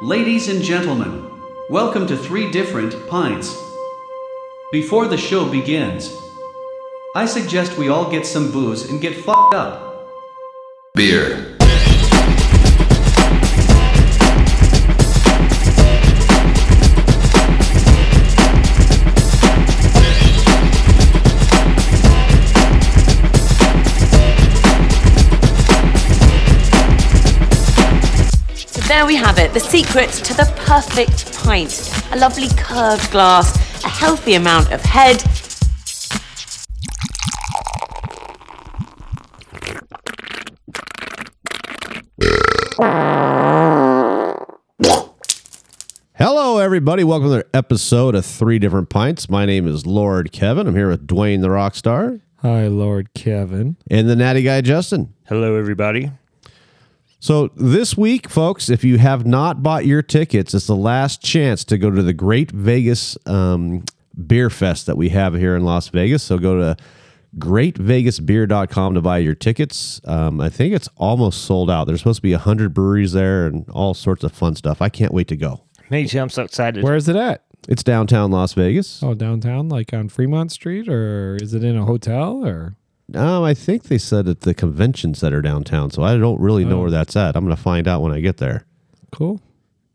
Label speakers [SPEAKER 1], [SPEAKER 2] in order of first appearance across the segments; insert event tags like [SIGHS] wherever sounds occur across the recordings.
[SPEAKER 1] Ladies and gentlemen, welcome to Three Different Pints. Before the show begins, I suggest we all get some booze and get fucked up.
[SPEAKER 2] Beer.
[SPEAKER 3] So there we have it the secret to the perfect pint. A lovely curved glass, a healthy amount of head.
[SPEAKER 4] Hello, everybody. Welcome to another episode of Three Different Pints. My name is Lord Kevin. I'm here with Dwayne the Rockstar
[SPEAKER 5] Hi, Lord Kevin.
[SPEAKER 4] and the natty guy, Justin.
[SPEAKER 6] Hello, everybody.
[SPEAKER 4] So, this week, folks, if you have not bought your tickets, it's the last chance to go to the Great Vegas um, Beer Fest that we have here in Las Vegas. So, go to greatvegasbeer.com to buy your tickets. Um, I think it's almost sold out. There's supposed to be 100 breweries there and all sorts of fun stuff. I can't wait to go.
[SPEAKER 6] Me too. I'm so excited.
[SPEAKER 5] Where is it at?
[SPEAKER 4] It's downtown Las Vegas.
[SPEAKER 5] Oh, downtown, like on Fremont Street, or is it in a hotel? Or
[SPEAKER 4] Um, I think they said at the convention center downtown, so I don't really know where that's at. I'm gonna find out when I get there.
[SPEAKER 5] cool.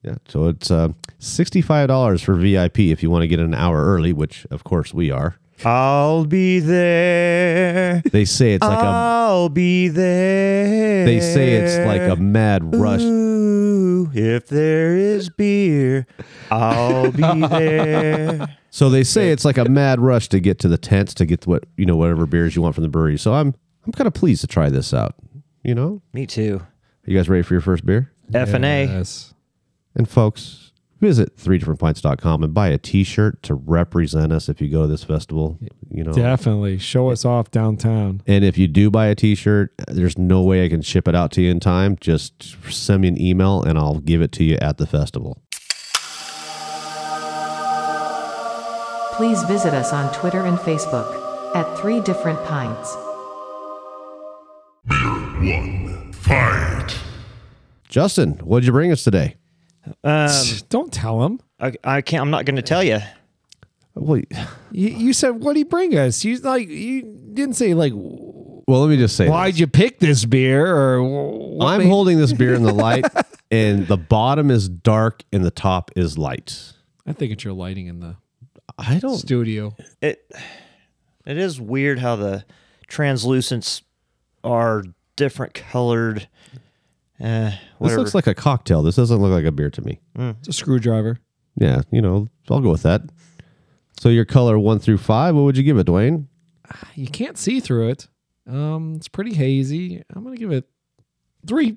[SPEAKER 4] Yeah, so it's uh, sixty five dollars for VIP if you want to get an hour early, which of course we are.
[SPEAKER 6] I'll be there.
[SPEAKER 4] They say it's like a
[SPEAKER 6] I'll be there.
[SPEAKER 4] they say it's like a mad rush.
[SPEAKER 6] Ooh, if there is beer, I'll be
[SPEAKER 4] [LAUGHS]
[SPEAKER 6] there.
[SPEAKER 4] So they say it's like a mad rush to get to the tents to get what you know whatever beers you want from the brewery. So I'm I'm kind of pleased to try this out. You know,
[SPEAKER 6] Me too.
[SPEAKER 4] you guys ready for your first beer?
[SPEAKER 6] F and A.
[SPEAKER 5] Yes.
[SPEAKER 4] And folks, visit three different pints.com and buy a t shirt to represent us if you go to this festival. You know,
[SPEAKER 5] Definitely show us off downtown.
[SPEAKER 4] And if you do buy a T-shirt, there's no way I can ship it out to you in time. Just send me an email, and I'll give it to you at the festival.
[SPEAKER 7] Please visit us on Twitter and Facebook at Three Different Pints.
[SPEAKER 8] One. Fight.
[SPEAKER 4] Justin, what'd you bring us today?
[SPEAKER 6] Um,
[SPEAKER 5] Don't tell him.
[SPEAKER 6] I, I can't. I'm not going to tell you.
[SPEAKER 4] Well,
[SPEAKER 5] You, you said what would he bring us? You like you didn't say like
[SPEAKER 4] well, let me just say,
[SPEAKER 5] why'd
[SPEAKER 4] this.
[SPEAKER 5] you pick this beer or wh- what
[SPEAKER 4] I'm
[SPEAKER 5] made-
[SPEAKER 4] holding this beer in the light, and the bottom is dark, and the top is light.
[SPEAKER 5] I think it's your lighting in the
[SPEAKER 4] I don't.
[SPEAKER 5] studio.
[SPEAKER 6] It. It is weird how the translucents are different colored. Uh,
[SPEAKER 4] This
[SPEAKER 6] whatever.
[SPEAKER 4] looks like a cocktail. This doesn't look like a beer to me.
[SPEAKER 5] It's a screwdriver.
[SPEAKER 4] Yeah, you know, I'll go with that. So your color one through five. What would you give it, Dwayne?
[SPEAKER 5] You can't see through it. Um, it's pretty hazy. I'm gonna give it three.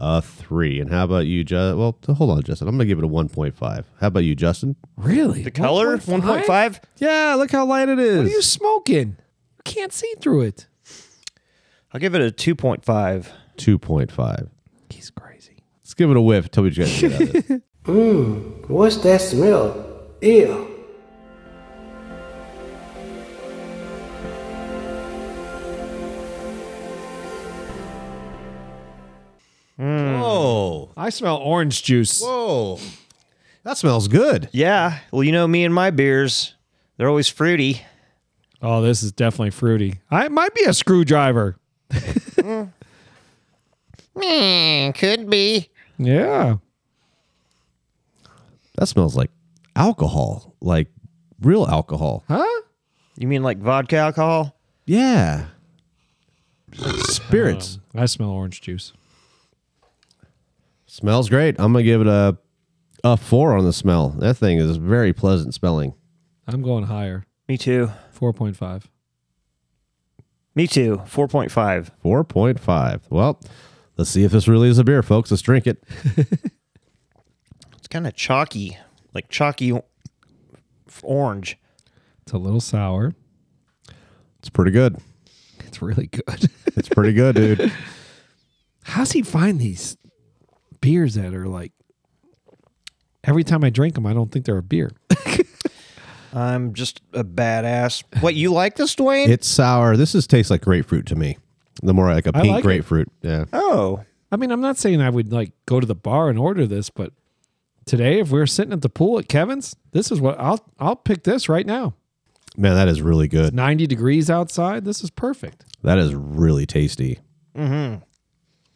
[SPEAKER 4] A three. And how about you, Justin? Well, hold on, Justin. I'm gonna give it a one point five. How about you, Justin?
[SPEAKER 5] Really?
[SPEAKER 6] the color. One point five.
[SPEAKER 4] Yeah, look how light it is.
[SPEAKER 5] What are you smoking? You can't see through it.
[SPEAKER 6] I'll give it a two point five.
[SPEAKER 4] 2.5.
[SPEAKER 5] He's crazy.
[SPEAKER 4] Let's give it a whiff. Tell me what you guys get out of [LAUGHS] it.
[SPEAKER 9] What's that smell? Ew.
[SPEAKER 4] Whoa.
[SPEAKER 5] I smell orange juice.
[SPEAKER 4] Whoa. That smells good.
[SPEAKER 6] Yeah. Well, you know me and my beers, they're always fruity.
[SPEAKER 5] Oh, this is definitely fruity. Hmm, I it might be a [LAUGHS] screwdriver.
[SPEAKER 6] could be.
[SPEAKER 5] Yeah.
[SPEAKER 4] That smells like alcohol, like real alcohol.
[SPEAKER 5] Huh?
[SPEAKER 6] You mean like vodka alcohol?
[SPEAKER 4] Yeah. Like spirits.
[SPEAKER 5] Um, I smell orange juice.
[SPEAKER 4] Smells great. I'm going to give it a a 4 on the smell. That thing is very pleasant smelling.
[SPEAKER 5] I'm going higher.
[SPEAKER 6] Me too.
[SPEAKER 5] 4.5.
[SPEAKER 6] Me too. 4.5.
[SPEAKER 4] 4.5. Well, let's see if this really is a beer, folks. Let's drink it.
[SPEAKER 6] It's kind of chalky, like chalky o- f- orange.
[SPEAKER 5] It's a little sour.
[SPEAKER 4] It's pretty good.
[SPEAKER 5] It's really good.
[SPEAKER 4] It's pretty good, dude.
[SPEAKER 5] [LAUGHS] How's he find these beers that are like every time I drink them, I don't think they're a beer.
[SPEAKER 6] I'm just a badass. What, you like this, Dwayne?
[SPEAKER 4] It's sour. This is tastes like grapefruit to me. The more like a
[SPEAKER 5] I
[SPEAKER 4] pink
[SPEAKER 5] like it.
[SPEAKER 4] grapefruit. Yeah.
[SPEAKER 6] oh.
[SPEAKER 5] I mean, I'm not saying I would like go to the bar and order this, but Today, if we were sitting at the pool at Kevin's, this is what I'll I'll pick this right now.
[SPEAKER 4] Man, that is really good.
[SPEAKER 5] 90 degrees outside. This is perfect.
[SPEAKER 4] That is really tasty. Mm-hmm.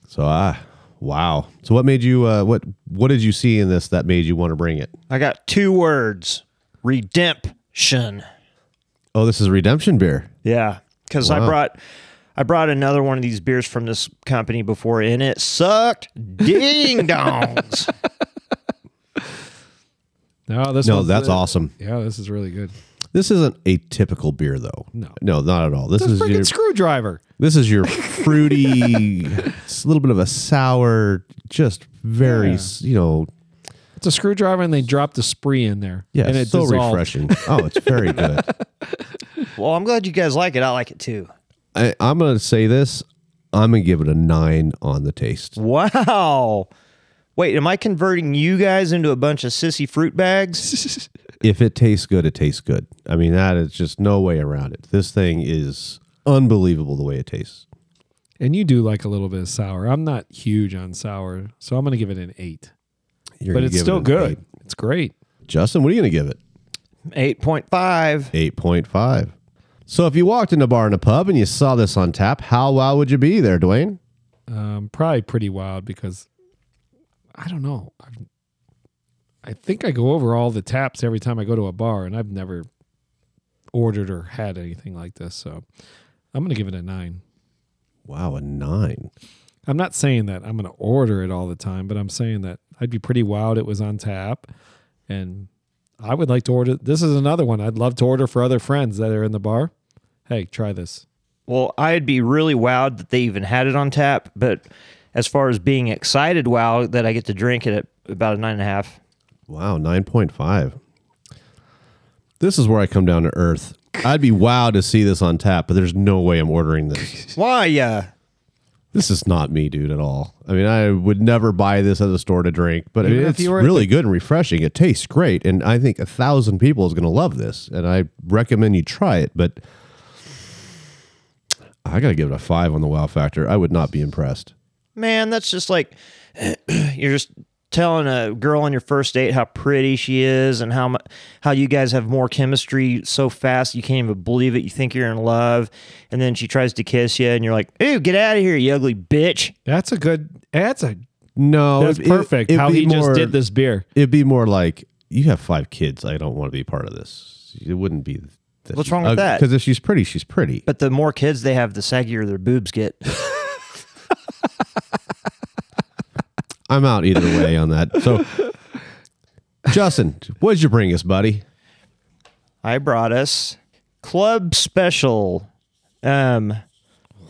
[SPEAKER 4] So ah, wow. So what made you? Uh, what what did you see in this that made you want to bring it?
[SPEAKER 6] I got two words redemption.
[SPEAKER 4] Oh, this is redemption beer.
[SPEAKER 6] Yeah, because I
[SPEAKER 4] Wow.
[SPEAKER 6] brought I brought another one of these beers from this company before, and it sucked ding [LAUGHS] dongs.
[SPEAKER 5] No, this
[SPEAKER 4] No,
[SPEAKER 5] one's
[SPEAKER 4] that's
[SPEAKER 5] it.
[SPEAKER 4] awesome.
[SPEAKER 5] Yeah, this is really good.
[SPEAKER 4] This isn't a typical beer though.
[SPEAKER 5] No.
[SPEAKER 4] no, not at all. This
[SPEAKER 5] This
[SPEAKER 4] is
[SPEAKER 5] freaking
[SPEAKER 4] your
[SPEAKER 5] screwdriver.
[SPEAKER 4] this is your fruity, it's a little bit of a sour, just very s you know
[SPEAKER 5] It's a screwdriver, and they dropped the spree in there.
[SPEAKER 4] yeah,
[SPEAKER 5] and it
[SPEAKER 4] so
[SPEAKER 5] dissolved.
[SPEAKER 4] refreshing. Oh, it's very
[SPEAKER 5] [LAUGHS]
[SPEAKER 4] good.
[SPEAKER 6] well, I'm glad you guys like it. I like it too.
[SPEAKER 4] I, I'm gonna say this. I'm gonna give it a nine on the taste.
[SPEAKER 6] Wow. Wait, am I converting you guys into a bunch of sissy fruit bags? [LAUGHS]
[SPEAKER 4] if it tastes good, it tastes good. I mean, that is just no way around it. This thing is unbelievable the way it tastes.
[SPEAKER 5] And you do like a little bit of sour. I'm not huge on sour, so I'm going to give it an eight.
[SPEAKER 4] You're
[SPEAKER 5] but
[SPEAKER 4] gonna
[SPEAKER 5] it's
[SPEAKER 4] give it
[SPEAKER 5] still
[SPEAKER 4] an
[SPEAKER 5] good. It's great.
[SPEAKER 4] eight. Justin, what are you going to give it?
[SPEAKER 6] 8.5.
[SPEAKER 4] 8.5. So if you walked in a bar and a pub and you saw this on tap, how wow would you be there, Dwayne?
[SPEAKER 5] Um, probably pretty wild because I don't know. i I think I go over all the taps every time I go to a bar, and I've never ordered or had anything like this. So I'm going to give it a nine.
[SPEAKER 4] Wow, a nine.
[SPEAKER 5] I'm not saying that I'm going to order it all the time, but I'm saying that I'd be pretty wild it was on tap. And I would like to order. This is another one I'd love to order for other friends that are in the bar. Hey, try this.
[SPEAKER 6] Well, I'd be really wowed that they even had it on tap, but as far as being excited, wow, that I get to drink it at about a nine and a half.
[SPEAKER 4] Wow, 9.5. This is where I come down to earth. I'd be wowed to see this on tap, but there's no way I'm ordering this.
[SPEAKER 5] [LAUGHS]
[SPEAKER 6] Why, yeah.
[SPEAKER 4] This is not me, dude, at all. I mean, I would never buy this at a store to drink, but
[SPEAKER 5] Even if
[SPEAKER 4] it's
[SPEAKER 5] you were at
[SPEAKER 4] really good and refreshing. It tastes great, and I think a thousand people is going to love this, and I recommend you try it. But I got to give it a five on the wow factor. I would not be impressed.
[SPEAKER 6] Man, that's just like [CLEARS THROAT] you're just telling a girl on your first date how pretty she is and how mu- how you guys have more chemistry so fast you can't even believe it. You think you're in love, and then she tries to kiss you, and you're like, "Ooh, get out of here, you ugly bitch!"
[SPEAKER 5] That's a good. That's a.
[SPEAKER 4] No,
[SPEAKER 5] That's
[SPEAKER 4] it- it-
[SPEAKER 5] perfect.
[SPEAKER 4] it'd
[SPEAKER 5] how
[SPEAKER 4] be
[SPEAKER 5] he
[SPEAKER 4] more-
[SPEAKER 5] just did this beer.
[SPEAKER 4] It'd be more like you have five kids. I don't want to be part of this. It wouldn't be. that
[SPEAKER 6] What's
[SPEAKER 4] she's
[SPEAKER 6] wrong with
[SPEAKER 4] ugly.
[SPEAKER 6] that?
[SPEAKER 4] Because if she's pretty, she's pretty.
[SPEAKER 6] But the more kids they have, the saggier their boobs get.
[SPEAKER 4] I'm out either way on that.
[SPEAKER 6] [LAUGHS]
[SPEAKER 4] So, Justin, what'd you bring us, buddy?
[SPEAKER 6] I brought us club special. Um,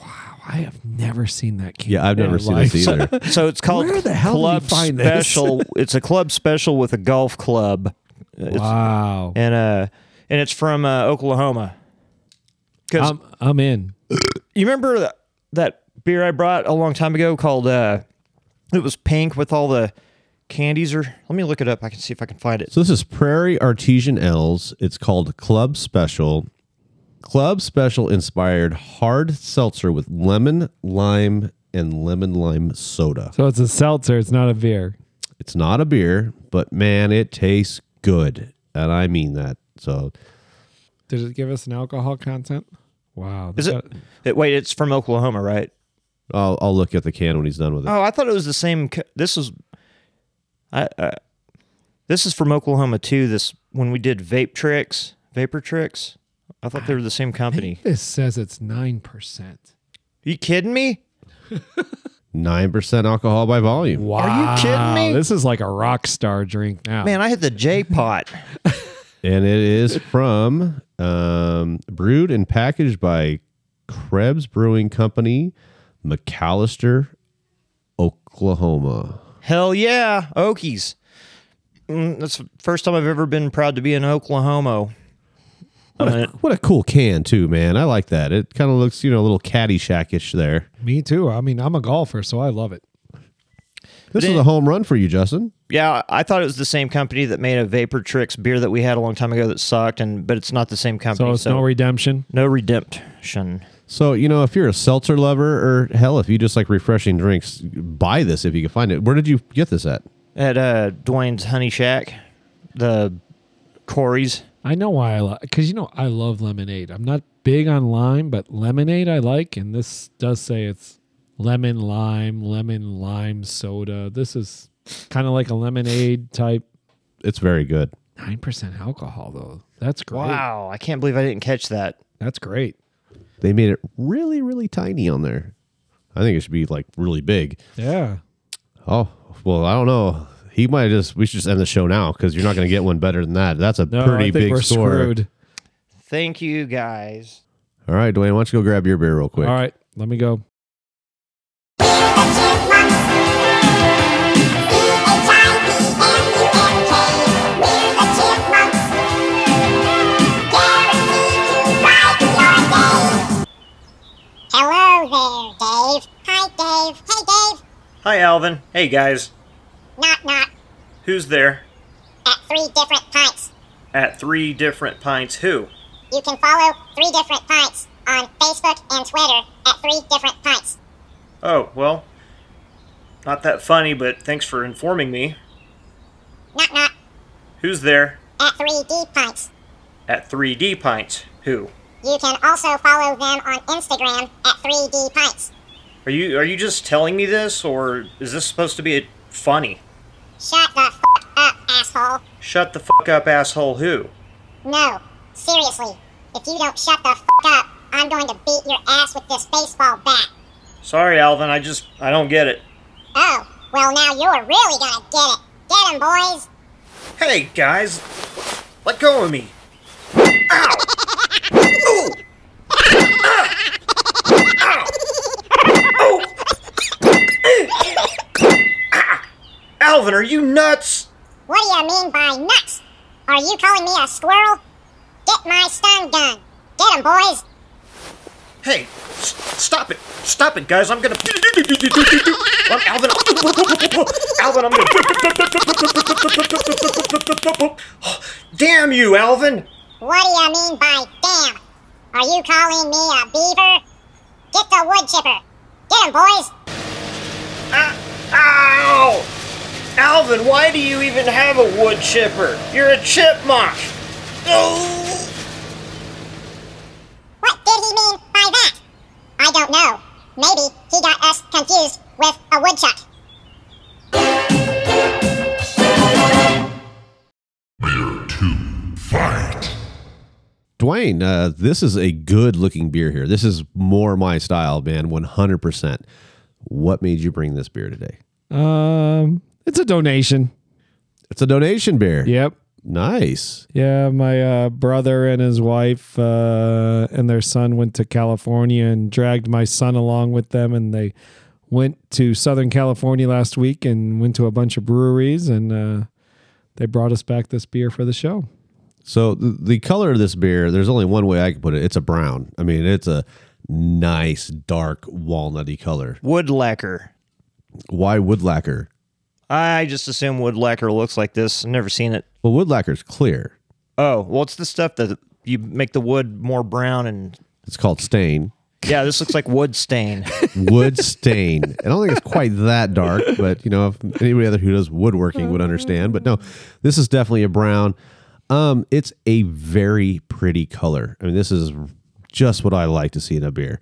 [SPEAKER 5] I have never seen that can.
[SPEAKER 4] Yeah, I've never
[SPEAKER 5] in
[SPEAKER 4] seen
[SPEAKER 5] life.
[SPEAKER 4] this [LAUGHS] either.
[SPEAKER 6] so it's called
[SPEAKER 5] Where the hell did you
[SPEAKER 6] club
[SPEAKER 5] find this? [LAUGHS]
[SPEAKER 6] special. it's a club special with a golf club.
[SPEAKER 5] Wow.
[SPEAKER 6] and uh and it's from uh, Oklahoma. Because
[SPEAKER 5] I'm, I'm in.
[SPEAKER 6] you remember that, that beer I brought a long time ago called uh it was pink with all the candies or let me look it up. I can see if I can find it.
[SPEAKER 4] So this is Prairie Artesian Ales. It's called Club Special. Club Special inspired hard seltzer with lemon, lime, and lemon lime soda.
[SPEAKER 5] So it's a seltzer. It's not a beer.
[SPEAKER 4] It's not a beer, but man, it tastes good. And I mean that. So
[SPEAKER 5] Did it give us an alcohol content? Wow.
[SPEAKER 6] Is it, it- wait, it's from Oklahoma, right?
[SPEAKER 4] I'll, I'll look at the can when he's done with it.
[SPEAKER 6] Oh, I thought it was the same co- this is I, I this is from Oklahoma too. This when we did vape tricks, vapor tricks. I thought they were the same company.
[SPEAKER 5] This says it's 9%.
[SPEAKER 6] you kidding me?
[SPEAKER 4] 9% alcohol by volume.
[SPEAKER 5] Wow.
[SPEAKER 6] Are you kidding me?
[SPEAKER 5] This is like a rock star drink now.
[SPEAKER 6] Man, I hit the J pot.
[SPEAKER 4] And it is from, um, brewed and packaged by Krebs Brewing Company, McAllister, Oklahoma.
[SPEAKER 6] Hell yeah, Okies. Mm, That's the first time I've ever been proud to be an Oklahoma.
[SPEAKER 4] What a, what a cool can too, man. I like that. It kind of looks, you know, a little Caddyshack-ish there.
[SPEAKER 5] me too. I mean, I'm a golfer, so I love it.
[SPEAKER 4] This
[SPEAKER 6] it-
[SPEAKER 4] is a home run for you, Justin.
[SPEAKER 6] Yeah, I thought it was the same company that made a Vapor Tricks beer that we had a long time ago that sucked, and but it's not the same company.
[SPEAKER 5] So it's no redemption.
[SPEAKER 6] no redemption.
[SPEAKER 4] So, you know, if you're a seltzer lover or hell, if you just like refreshing drinks, buy this if you can find it. Where did you get this at?
[SPEAKER 6] at uh, Dwayne's Honey Shack, the Corey's.
[SPEAKER 5] I know why I like because you know I love lemonade. I'm not big on lime, but lemonade I like, and this does say it's lemon lime, lemon lime soda. This is kind of like a lemonade type.
[SPEAKER 4] It's very good.
[SPEAKER 5] Nine percent alcohol though. That's great.
[SPEAKER 6] Wow, I can't believe I didn't catch that.
[SPEAKER 5] That's great.
[SPEAKER 4] They made it really, really tiny on there. I think it should be like really big.
[SPEAKER 5] Yeah.
[SPEAKER 4] Oh, well, I don't know. He might just, we should just end the show now because you're not going to get one better than that. That's a
[SPEAKER 5] No, I
[SPEAKER 4] pretty
[SPEAKER 5] think
[SPEAKER 4] big
[SPEAKER 5] we're
[SPEAKER 4] score.
[SPEAKER 5] screwed.
[SPEAKER 6] Thank you guys.
[SPEAKER 4] All right, Dwayne, why don't you go grab your beer real quick?
[SPEAKER 5] All right, let me go.
[SPEAKER 10] Hello there, Dave. Hi, Dave. Hey, Dave.
[SPEAKER 6] Hi, Alvin. Hey, guys.
[SPEAKER 10] Knock, knock.
[SPEAKER 6] Who's there?
[SPEAKER 10] At three different pints.
[SPEAKER 6] At three different pints. Who?
[SPEAKER 10] You can follow Three Different Pints on Facebook and Twitter at Three Different Pints.
[SPEAKER 6] Oh, well, not that funny, but thanks for informing me.
[SPEAKER 10] Knock, knock.
[SPEAKER 6] Who's there?
[SPEAKER 10] At 3D Pints.
[SPEAKER 6] At 3D pints. Who?
[SPEAKER 10] You can also follow them on Instagram at 3D Pints.
[SPEAKER 6] Are you are you just telling me this, or is this supposed to be a funny?
[SPEAKER 10] Shut the f up, asshole.
[SPEAKER 6] Shut the fuck up, asshole. Who?
[SPEAKER 10] No, seriously. If you don't shut the f up, I'm going to beat your ass with this baseball bat.
[SPEAKER 6] Sorry, Alvin. I just I don't get it.
[SPEAKER 10] Oh, well, now you're really gonna get it. Get 'em, boys.
[SPEAKER 6] Hey guys, let go of me. Ow! Ooh! Ah! Ow! Ooh! Ah! Alvin, are you nuts?
[SPEAKER 10] What do you mean by nuts? Are you calling me a squirrel? Get my stun gun. Get 'em, boys.
[SPEAKER 6] Hey, s- stop it! Stop it, guys! I'm gonna. I'm Alvin. Alvin, I'm gonna. [LAUGHS] Damn you, Alvin!
[SPEAKER 10] What do you mean by damn? Are you calling me a beaver? Get the wood chipper. Get 'em, boys.
[SPEAKER 6] Ah, ow! Alvin, why do you even have a wood chipper? You're a chipmunk. Oh!
[SPEAKER 10] What did he mean by that? I don't know. Maybe he got us confused with a woodchuck.
[SPEAKER 8] Beer 2. Fight.
[SPEAKER 4] Dwayne, uh, this is a good looking beer here. This is more my style, man, 100%. What made you bring this beer today?
[SPEAKER 5] Um, it's a donation.
[SPEAKER 4] It's a donation beer.
[SPEAKER 5] Yep.
[SPEAKER 4] Nice.
[SPEAKER 5] Yeah, my uh, brother and his wife uh, and their son went to California and dragged my son along with them, and they went to Southern California last week and went to a bunch of breweries, and uh, they brought us back this beer for the show.
[SPEAKER 4] So the, the color of this beer, there's only one way I can put it. It's a brown. I mean, it's a nice dark walnutty color.
[SPEAKER 6] Wood lacquer.
[SPEAKER 4] Why wood lacquer?
[SPEAKER 6] I just assume wood lacquer looks like this. I've never seen it.
[SPEAKER 4] Well, wood lacquer's clear.
[SPEAKER 6] Oh, well, it's the stuff that you make the wood more brown and.
[SPEAKER 4] It's called stain.
[SPEAKER 6] Yeah, this looks like wood stain.
[SPEAKER 4] Wood stain. I don't think it's quite that dark, but you know, if anybody other who does woodworking would understand. But no, this is definitely a brown. Um, it's a very pretty color. I mean, this is just what I like to see in a beer.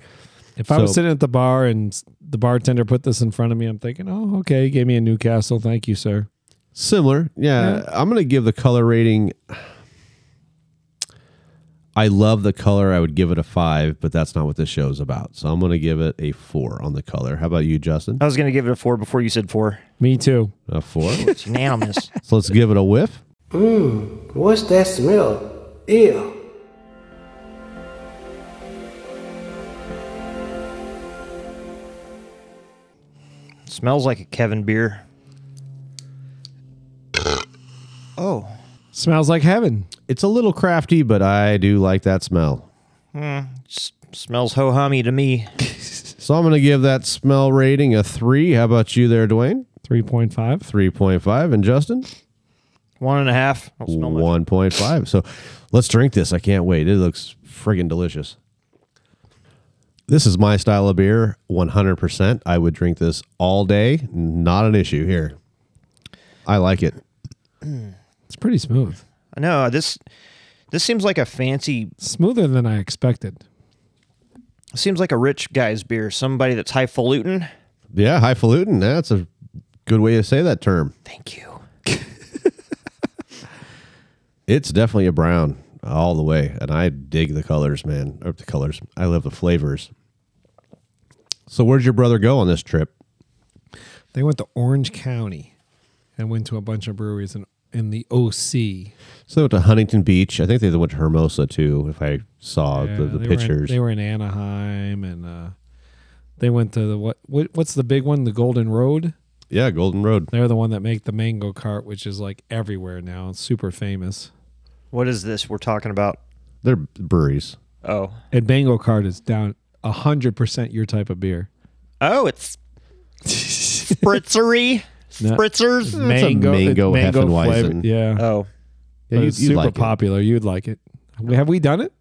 [SPEAKER 5] If I was
[SPEAKER 4] So-
[SPEAKER 5] sitting at the bar and s- the bartender put this in front of me, I'm thinking, oh, okay, he gave me a Newcastle. Thank you, sir.
[SPEAKER 4] Similar. Yeah. I'm going to give the color rating. I love the color. I would give it a five, but that's not what this show's about. So I'm going to give it a four on the color. How about you, Justin?
[SPEAKER 6] I was gonna give it a four before you said four.
[SPEAKER 5] Me too.
[SPEAKER 4] A four.
[SPEAKER 6] It's unanimous.
[SPEAKER 4] so let's give it a whiff.
[SPEAKER 9] Mmm, what's that smell? Ew.
[SPEAKER 6] Smells like a Kevin beer. Oh,
[SPEAKER 5] Smells like heaven.
[SPEAKER 4] It's a little crafty, but I do like that smell.
[SPEAKER 6] s- smells ho hummy to me.
[SPEAKER 4] So I'm going to give that smell rating a three. How about you there, Dwayne?
[SPEAKER 5] 3.5.
[SPEAKER 4] 3.5. And Justin?
[SPEAKER 6] One and a half. Don't smell much.
[SPEAKER 4] 1.5. So let's drink this. I can't wait. It looks friggin' delicious. This is my style of beer, 100%. I would drink this all day. Not an issue here. I like it.
[SPEAKER 5] It's pretty smooth.
[SPEAKER 6] I know this. This seems like a fancy.
[SPEAKER 5] Smoother than I expected.
[SPEAKER 6] Seems like a rich guy's beer. Somebody that's highfalutin.
[SPEAKER 4] Yeah, highfalutin. That's a good way to say that term.
[SPEAKER 6] Thank you.
[SPEAKER 4] It's definitely a brown all the way, and I dig the colors, man. Or the colors. I love the flavors. So, where'd your brother go on this trip?
[SPEAKER 5] They went to Orange County and went to a bunch of breweries in, in the OC.
[SPEAKER 4] So they went to Huntington Beach. I think they went to Hermosa too, if I saw Uh, the, the
[SPEAKER 5] they Were in,
[SPEAKER 4] pictures.
[SPEAKER 5] they were in Anaheim and uh, they went to the what, what? What's the big one? The Golden Road.
[SPEAKER 4] yeah, Golden Road.
[SPEAKER 5] They're the one that make the mango cart, which is like everywhere now. It's super famous.
[SPEAKER 6] What is this we're talking about?
[SPEAKER 4] They're breweries.
[SPEAKER 6] Oh,
[SPEAKER 5] And mango cart is down hundred percent your type of beer.
[SPEAKER 6] oh, it's spritzery,
[SPEAKER 5] [LAUGHS] No.
[SPEAKER 6] spritzers.
[SPEAKER 5] Mango,
[SPEAKER 4] mango Heffenweizen.
[SPEAKER 5] flavor- Yeah,
[SPEAKER 6] Oh,
[SPEAKER 4] Yeah,
[SPEAKER 5] But
[SPEAKER 4] you-
[SPEAKER 5] it's
[SPEAKER 4] you'd
[SPEAKER 5] super
[SPEAKER 4] like it.
[SPEAKER 5] popular. You'd like it. Have we done it?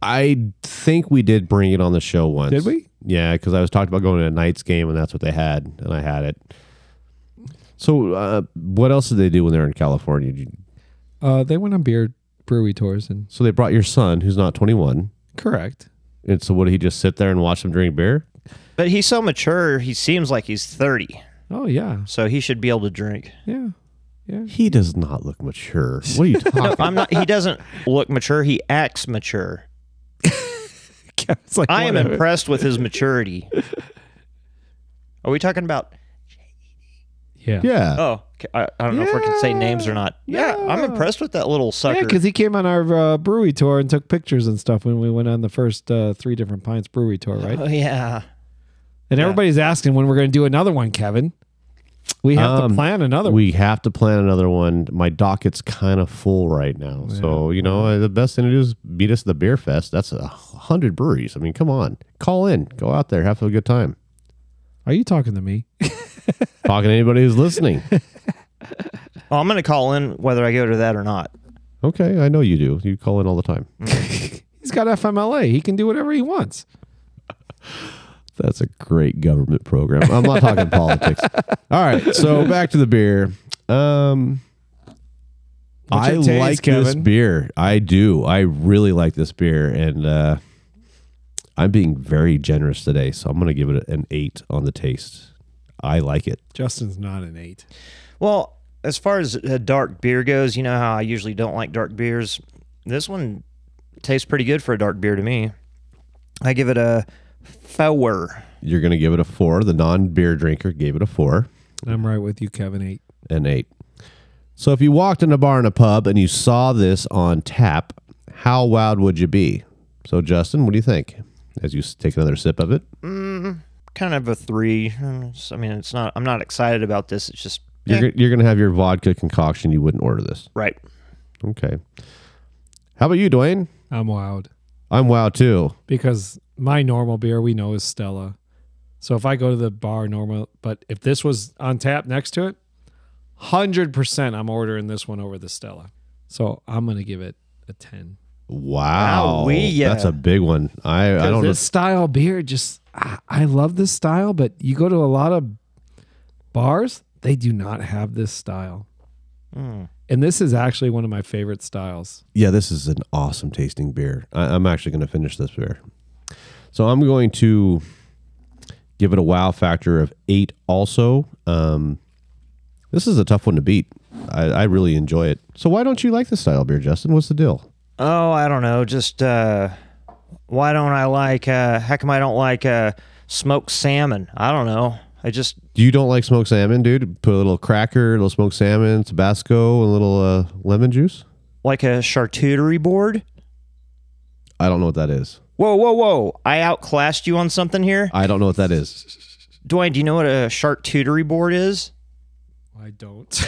[SPEAKER 4] I think we did bring it on the show once.
[SPEAKER 5] Did we?
[SPEAKER 4] Yeah, because I was talking about going to a Knights game, and that's what they had, and I had it. So, uh, what else did they do when they're in California? Did you-
[SPEAKER 5] Uh, they went on beer brewery tours and
[SPEAKER 4] So they brought your son, who's not twenty-one,
[SPEAKER 5] correct.
[SPEAKER 4] and so what did he just sit there and watch them drink beer?
[SPEAKER 6] but he's so mature. He seems like he's thirty,
[SPEAKER 5] Oh yeah,
[SPEAKER 6] so he should be able to drink.
[SPEAKER 5] yeah.
[SPEAKER 4] He does not look mature. What are you talking? [LAUGHS] about?
[SPEAKER 6] I'm not. He doesn't look mature. He acts mature.
[SPEAKER 5] [LAUGHS] it's like
[SPEAKER 6] I am
[SPEAKER 5] whatever.
[SPEAKER 6] impressed with his maturity. Are we talking about?
[SPEAKER 5] Yeah,
[SPEAKER 4] Yeah.
[SPEAKER 6] Oh, okay, I, I don't know if we can say names or not. Yeah, I'm impressed with that little sucker.
[SPEAKER 5] Yeah, because he came on our uh, brewery tour and took pictures and stuff when we went on the first uh, three different pints brewery tour, [LAUGHS] right?
[SPEAKER 6] oh yeah.
[SPEAKER 5] And everybody's asking when we're going to do another one, Kevin. We have to
[SPEAKER 4] Um,
[SPEAKER 5] plan another one.
[SPEAKER 4] We have to plan another one. My docket's kind of full right now, so you know uh, the best thing to do is beat us to the beer fest. That's a hundred breweries. I mean, come on, call in, go out there, have a good time.
[SPEAKER 5] Are you talking to me? [LAUGHS]
[SPEAKER 4] Talking to anybody who's listening.
[SPEAKER 6] Well, I'm gonna call in whether I go to that or not.
[SPEAKER 4] Okay, I know you do. You call in all the time.
[SPEAKER 5] He's got FMLA. He can do whatever he wants.
[SPEAKER 4] That's a great government program. I'm not
[SPEAKER 5] [LAUGHS]
[SPEAKER 4] talking politics. All right, so back to the beer. Um,
[SPEAKER 5] What's
[SPEAKER 4] I
[SPEAKER 5] your taste,
[SPEAKER 4] like this
[SPEAKER 5] Kevin?
[SPEAKER 4] beer. I do. I really like this beer, and uh, I'm being very generous today, so I'm going to give it an eight on the taste. I like it.
[SPEAKER 5] Justin's not an eight.
[SPEAKER 6] Well, as far as a dark beer goes, you know how I usually don't like dark beers. This one tastes pretty good for a dark beer to me. I give it a four.
[SPEAKER 4] You're going to give it a four. The non-beer drinker gave it a four.
[SPEAKER 5] I'm right with you, Kevin. Eight.
[SPEAKER 4] and eight. So if you walked in a bar and a pub and you saw this on tap, how wowed would you be? So Justin, what do you think? As you s- take another sip of it,
[SPEAKER 6] Kind of a three. Mm, it's- I mean, it's not. I'm not excited about this. It's just
[SPEAKER 4] you're,
[SPEAKER 6] eh,
[SPEAKER 4] go- you're going to have your vodka concoction. You wouldn't order this.
[SPEAKER 6] right.
[SPEAKER 4] Okay. How about you, Dwayne?
[SPEAKER 5] I'm wowed
[SPEAKER 4] I'm wowed too.
[SPEAKER 5] because my normal beer we know is Stella. So if I go to the bar normal, but if this was on tap next to it, hundred percent, I'm ordering this one over the Stella. So I'm gonna give it a ten.
[SPEAKER 4] Wow.
[SPEAKER 6] Wowee, yeah.
[SPEAKER 4] That's a big one. I, I don't know.
[SPEAKER 5] this style beer just I, I love this style but you go to a lot of bars they do not have this style
[SPEAKER 4] Hmm.
[SPEAKER 5] and this is actually one of my favorite styles
[SPEAKER 4] Yeah, this is an awesome tasting beer. I, I'm actually going to finish this beer. So I'm going to give it a wow factor of eight. Also, um, this is a tough one to beat. I, I really enjoy it. So why don't you like this style of beer, Justin? What's the deal?
[SPEAKER 6] Oh, I don't know. Just uh, why don't I like? Uh, how come I don't like uh, smoked salmon? I don't know. I just
[SPEAKER 4] You don't like smoked salmon, dude? Put a little cracker, a little smoked salmon, Tabasco, a little uh, lemon juice.
[SPEAKER 6] like a charcuterie board.
[SPEAKER 4] I don't know what that is.
[SPEAKER 6] Whoa, whoa, whoa! I outclassed you on something here,
[SPEAKER 4] I don't know what that is.
[SPEAKER 6] Dwayne. Do you know what a charcuterie board is?
[SPEAKER 5] i [LAUGHS] don't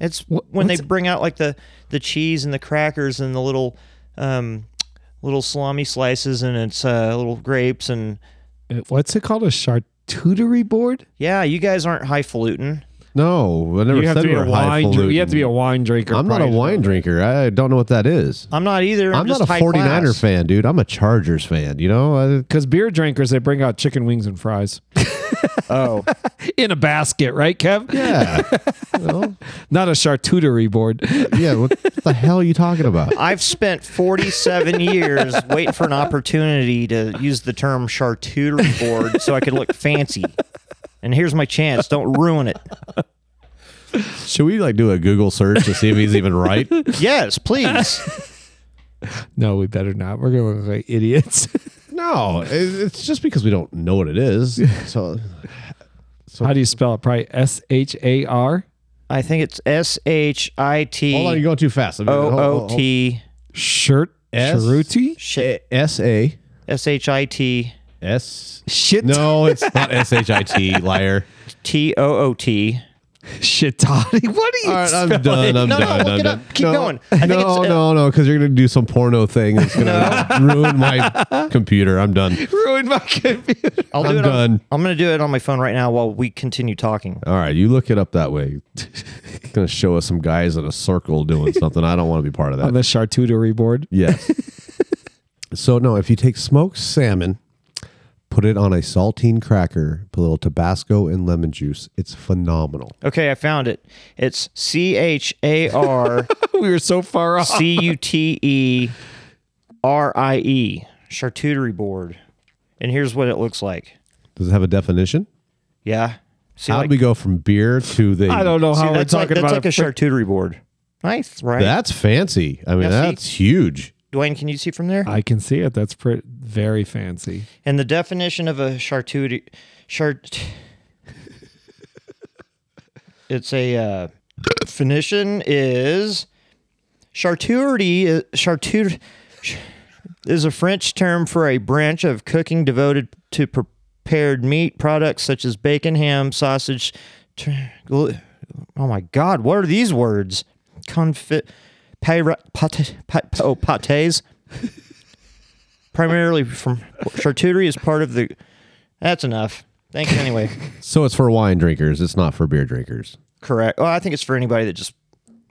[SPEAKER 6] It's
[SPEAKER 5] Wha-
[SPEAKER 6] when they
[SPEAKER 5] what's-
[SPEAKER 6] bring out like the the cheese and the crackers and the little um, little salami slices and it's uh, little grapes and
[SPEAKER 5] what's it called a charcuterie board
[SPEAKER 6] yeah, you guys aren't highfalutin.
[SPEAKER 4] No, I never
[SPEAKER 5] you have
[SPEAKER 4] said
[SPEAKER 5] to
[SPEAKER 4] we
[SPEAKER 5] be a
[SPEAKER 4] were
[SPEAKER 5] wine. Dr-
[SPEAKER 4] highfalutin.
[SPEAKER 5] you have to be a wine drinker.
[SPEAKER 4] I'm not a
[SPEAKER 5] prior to
[SPEAKER 4] wine
[SPEAKER 5] that.
[SPEAKER 4] drinker. I don't know what that is.
[SPEAKER 6] I'm not either. I'm,
[SPEAKER 4] I'm not
[SPEAKER 6] just
[SPEAKER 4] a
[SPEAKER 6] high
[SPEAKER 4] 49er
[SPEAKER 6] class.
[SPEAKER 4] fan, dude. I'm a Chargers fan. You know, I,
[SPEAKER 5] Because beer drinkers, they bring out chicken wings and [LAUGHS] fries.
[SPEAKER 6] Oh,
[SPEAKER 5] [LAUGHS] in a basket, right, Kev?
[SPEAKER 4] yeah,
[SPEAKER 6] [LAUGHS]
[SPEAKER 4] Well,
[SPEAKER 5] Not a charcuterie board. [LAUGHS]
[SPEAKER 4] yeah. What the hell are you talking about?
[SPEAKER 6] I've spent 47 years waiting for an opportunity to use the term charcuterie board so I could look fancy. And here's my chance. Don't ruin it.
[SPEAKER 4] Should we like do a Google search to see if he's even right?
[SPEAKER 6] Yes, please.
[SPEAKER 5] No, we better not. We're gonna look like [LAUGHS] idiots.
[SPEAKER 4] [LAUGHS] No, it- it's just because we don't know what it
[SPEAKER 6] [LAUGHS]
[SPEAKER 4] is. So
[SPEAKER 5] How do you spell it? Probably S H A R.
[SPEAKER 6] I think it's S H I
[SPEAKER 4] hold on, you're
[SPEAKER 6] T
[SPEAKER 4] going too fast. I mean, hold-
[SPEAKER 6] O O
[SPEAKER 4] hold-
[SPEAKER 6] T
[SPEAKER 5] Shirt.
[SPEAKER 4] S-
[SPEAKER 5] Charuti.
[SPEAKER 6] shit.
[SPEAKER 4] S A
[SPEAKER 6] S H I T
[SPEAKER 4] S.
[SPEAKER 5] Shit.
[SPEAKER 4] No,
[SPEAKER 6] [LAUGHS]
[SPEAKER 4] it's not S H I T. Liar.
[SPEAKER 6] T O O T.
[SPEAKER 5] Shitati. [LAUGHS] What are you?
[SPEAKER 4] All right, I'm
[SPEAKER 5] spelling?
[SPEAKER 4] done. I'm
[SPEAKER 6] No, no,
[SPEAKER 4] done.
[SPEAKER 6] look
[SPEAKER 4] I'm
[SPEAKER 6] it
[SPEAKER 4] done.
[SPEAKER 6] up. Keep
[SPEAKER 4] no,
[SPEAKER 6] going. I think
[SPEAKER 4] no,
[SPEAKER 6] it's, uh,
[SPEAKER 4] no, no, because you're gonna do some porno thing that's
[SPEAKER 6] [LAUGHS]
[SPEAKER 4] gonna ruin my computer. I'm done.
[SPEAKER 5] Ruined my computer.
[SPEAKER 6] I'll do
[SPEAKER 4] I'm
[SPEAKER 6] it
[SPEAKER 4] done.
[SPEAKER 6] On, I'm going to do it on my phone right now while we continue talking.
[SPEAKER 4] All right, you look it up that way. [LAUGHS] It's gonna show us some guys in a circle [LAUGHS] doing something. I don't want to be part of
[SPEAKER 5] On
[SPEAKER 4] that.
[SPEAKER 5] the charcuterie board.
[SPEAKER 4] [LAUGHS] Yes. [LAUGHS] so no, if you take smoked salmon, put it on a saltine cracker, put a little Tabasco and lemon juice. It's phenomenal.
[SPEAKER 6] Okay, I found it. It's C H A R
[SPEAKER 5] [LAUGHS] We were so far off.
[SPEAKER 6] C U T E R I E, charcuterie board. And here's what it looks like.
[SPEAKER 4] Does it have a definition?
[SPEAKER 6] Yeah. See,
[SPEAKER 4] How did
[SPEAKER 6] like,
[SPEAKER 4] we go from beer to the?
[SPEAKER 5] I don't know
[SPEAKER 6] see,
[SPEAKER 5] how we're
[SPEAKER 6] that's like,
[SPEAKER 5] talking
[SPEAKER 6] that's
[SPEAKER 5] about
[SPEAKER 6] like a
[SPEAKER 5] it.
[SPEAKER 6] charcuterie board. Nice, right?
[SPEAKER 4] That's fancy. I mean,
[SPEAKER 6] Now, see?
[SPEAKER 4] that's huge.
[SPEAKER 6] Dwayne, can you see from there?
[SPEAKER 5] I can see it. That's pretty very fancy.
[SPEAKER 6] and the definition of a charcuterie chart. it's a uh, definition is charcuterie charcuterie is a French term for a branch of cooking devoted to prepared meat products such as bacon, ham, sausage. tr- glu- Oh my God! What are these words? Confit, pyra, pate, pa- oh pates primarily from charcuterie is part of the. That's enough. Thanks
[SPEAKER 5] [LAUGHS]
[SPEAKER 6] anyway.
[SPEAKER 4] So it's for wine drinkers. It's not for beer drinkers.
[SPEAKER 6] Correct. Well, I think it's for anybody that just.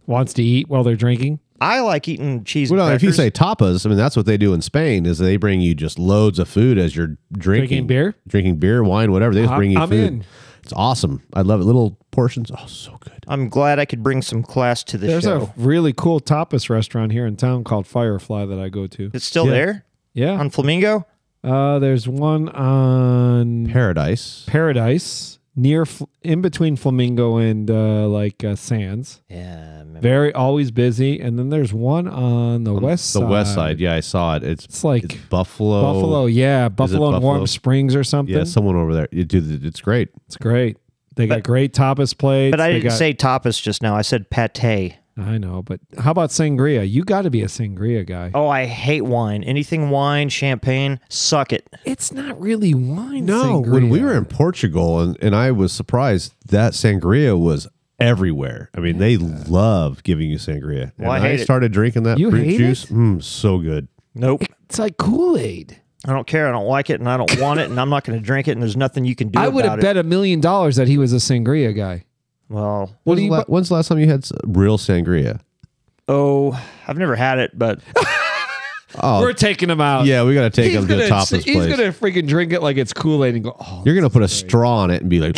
[SPEAKER 5] Wants to eat while they're drinking.
[SPEAKER 6] I like eating cheese.
[SPEAKER 4] Well,
[SPEAKER 6] and
[SPEAKER 4] no, if you
[SPEAKER 6] crackers.
[SPEAKER 4] say tapas, I mean that's what they do in Spain. Is they bring you just loads of food as you're drinking,
[SPEAKER 5] Drinking beer?
[SPEAKER 4] drinking beer, wine, whatever. They just
[SPEAKER 5] I'm-
[SPEAKER 4] bring you
[SPEAKER 5] I'm
[SPEAKER 4] food.
[SPEAKER 5] in.
[SPEAKER 4] It's awesome. I love it. Little portions. Oh, so good.
[SPEAKER 6] I'm glad I could bring some class to the
[SPEAKER 5] There's
[SPEAKER 6] show.
[SPEAKER 5] a really cool tapas restaurant here in town called Firefly that I go to.
[SPEAKER 6] it's still there
[SPEAKER 5] Yeah.
[SPEAKER 6] on Flamingo.
[SPEAKER 5] Uh, there's one on
[SPEAKER 4] Paradise.
[SPEAKER 5] Paradise near Fl- in between Flamingo and uh, like uh, Sands.
[SPEAKER 6] Yeah. man.
[SPEAKER 5] Very always busy. And then there's one on the west
[SPEAKER 4] The
[SPEAKER 5] side.
[SPEAKER 4] west side. Yeah, I saw it. It's
[SPEAKER 5] It's like
[SPEAKER 4] it's Buffalo.
[SPEAKER 5] Buffalo. Yeah, Buffalo and
[SPEAKER 4] Buffalo?
[SPEAKER 5] Warm Springs or something.
[SPEAKER 4] Yeah, someone over there. You do. It's great.
[SPEAKER 5] It's great. They got great tapas plates.
[SPEAKER 6] But I
[SPEAKER 5] They
[SPEAKER 6] didn't
[SPEAKER 5] got-
[SPEAKER 6] say tapas just now. I said pate.
[SPEAKER 5] I know, but how about sangria? You got to be a sangria guy.
[SPEAKER 6] Oh, I hate wine. Anything wine, champagne, suck it.
[SPEAKER 5] It's not really wine.
[SPEAKER 4] No,
[SPEAKER 5] sangria.
[SPEAKER 4] when we were in Portugal, and, and I was surprised that sangria was everywhere. I mean, they love giving you sangria.
[SPEAKER 6] Well, I
[SPEAKER 4] and
[SPEAKER 6] hate it.
[SPEAKER 4] started drinking that
[SPEAKER 5] You
[SPEAKER 4] fruit
[SPEAKER 5] hate
[SPEAKER 4] juice.
[SPEAKER 5] it?
[SPEAKER 4] Mm, so good.
[SPEAKER 6] Nope.
[SPEAKER 5] it's like Kool Aid.
[SPEAKER 6] I don't care. I don't like it, and I don't want it, and I'm not going to drink it. And there's nothing you can do.
[SPEAKER 5] I would
[SPEAKER 6] about
[SPEAKER 5] have bet a million dollars that he was a sangria guy.
[SPEAKER 6] It. Well,
[SPEAKER 4] When's,
[SPEAKER 5] do
[SPEAKER 4] the
[SPEAKER 5] you
[SPEAKER 4] la- when's the last time you had s- real sangria?
[SPEAKER 6] oh, I've never had it, [LAUGHS] but
[SPEAKER 4] Oh,
[SPEAKER 5] We're taking him out.
[SPEAKER 4] yeah, we got to take
[SPEAKER 5] Uh, he's
[SPEAKER 4] them to
[SPEAKER 5] gonna,
[SPEAKER 4] the top of this
[SPEAKER 5] he's
[SPEAKER 4] place.
[SPEAKER 5] gonna freaking drink it like it's Kool Aid and go. Oh,
[SPEAKER 4] You're gonna put a straw in it and be like,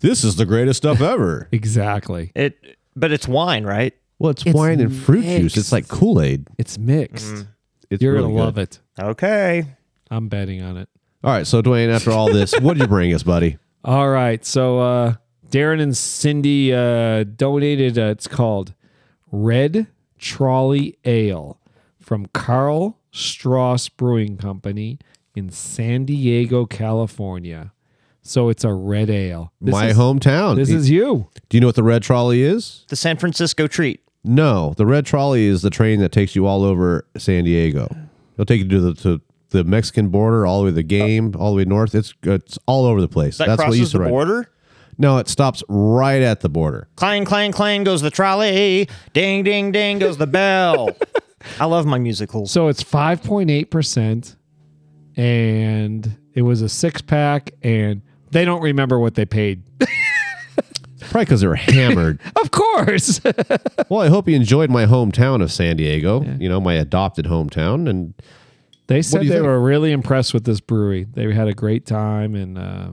[SPEAKER 4] "This is the greatest stuff
[SPEAKER 5] [LAUGHS]
[SPEAKER 4] ever."
[SPEAKER 5] exactly.
[SPEAKER 6] it. But it's wine, right?
[SPEAKER 4] Well, it's,
[SPEAKER 5] It's
[SPEAKER 4] wine and fruit juice. It's
[SPEAKER 5] mixed.
[SPEAKER 4] like Kool Aid.
[SPEAKER 5] It's mixed.
[SPEAKER 4] Mm-hmm. It's
[SPEAKER 5] You're
[SPEAKER 4] really
[SPEAKER 5] gonna
[SPEAKER 4] good.
[SPEAKER 5] love it.
[SPEAKER 6] Okay.
[SPEAKER 5] I'm betting on it.
[SPEAKER 4] All right, so Dwayne, after all this, what did you bring us, buddy?
[SPEAKER 5] All right. So uh, Darren and Cindy uh, donated. Uh, it's called Red Trolley Ale from Carl Strauss Brewing Company in San Diego, California. So it's a red ale. [LAUGHS] This
[SPEAKER 4] My
[SPEAKER 5] is-
[SPEAKER 4] hometown.
[SPEAKER 5] This is you.
[SPEAKER 4] Do you know what the red trolley is?
[SPEAKER 6] The San Francisco treat.
[SPEAKER 4] No, the red trolley is the train that takes you all over San Diego. It'll take you to the to the Mexican border, all the
[SPEAKER 5] Oh.
[SPEAKER 4] way to the game, all the way north. It's it's all over the place.
[SPEAKER 6] That
[SPEAKER 4] That's
[SPEAKER 6] crosses
[SPEAKER 4] what you used to
[SPEAKER 6] the
[SPEAKER 4] ride.
[SPEAKER 6] border.
[SPEAKER 4] No, it stops right at the border.
[SPEAKER 6] Clang, clang, clang goes the trolley. Ding, ding, ding goes the [LAUGHS] bell. I love my musicals.
[SPEAKER 5] So it's 5.8%.
[SPEAKER 4] [LAUGHS]
[SPEAKER 5] And it was a six pack. And they don't remember what they paid.
[SPEAKER 4] Probably because they were
[SPEAKER 5] [LAUGHS]
[SPEAKER 4] hammered.
[SPEAKER 5] Of course.
[SPEAKER 4] well, I hope you enjoyed my hometown of San Diego, you know, my adopted hometown. And
[SPEAKER 5] They
[SPEAKER 4] do
[SPEAKER 5] said
[SPEAKER 4] you
[SPEAKER 5] they
[SPEAKER 4] think?
[SPEAKER 5] were really impressed with this brewery. They had a great time, and uh,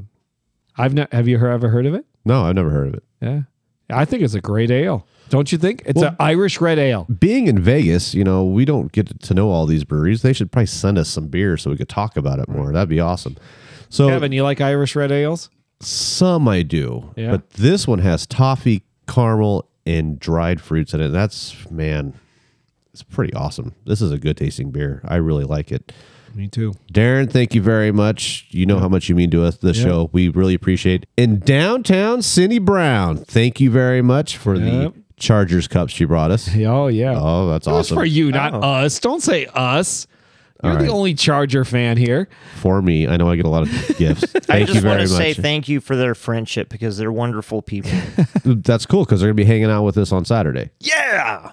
[SPEAKER 5] I've not. Have you he- ever heard of it?
[SPEAKER 4] no, I've never heard of it.
[SPEAKER 5] Yeah, I think it's a great ale. Don't you think? It's
[SPEAKER 4] Well-
[SPEAKER 5] an Irish red ale.
[SPEAKER 4] Being in Vegas, you know, we don't get to know all these breweries. They should probably send us some beer so we could talk about it more. That'd be awesome. So
[SPEAKER 5] Kevin, you like Irish red ales?
[SPEAKER 4] some I do,
[SPEAKER 5] Yeah.
[SPEAKER 4] but this one has toffee, caramel, and dried fruits in it. That's man, it's pretty awesome. This is a good tasting beer. I really like it.
[SPEAKER 5] Me too.
[SPEAKER 4] Darren, thank you very much. You know how much you mean to us, the show. We really appreciate. And downtown Cindy Brown, thank you very much for
[SPEAKER 5] Yep.
[SPEAKER 4] the Chargers cups she brought us.
[SPEAKER 5] Oh yeah.
[SPEAKER 4] Oh, that's
[SPEAKER 5] It was
[SPEAKER 4] awesome.
[SPEAKER 5] for you, not us. Don't say us. You're the
[SPEAKER 4] right.
[SPEAKER 5] only Charger fan here.
[SPEAKER 4] For me, I know I get a lot of gifts. Thank
[SPEAKER 6] I just
[SPEAKER 4] you
[SPEAKER 6] want
[SPEAKER 4] very
[SPEAKER 6] to
[SPEAKER 4] much.
[SPEAKER 6] say thank you for their friendship because they're wonderful people.
[SPEAKER 4] that's cool because they're gonna be hanging out with us on Saturday.
[SPEAKER 6] [LAUGHS] yeah.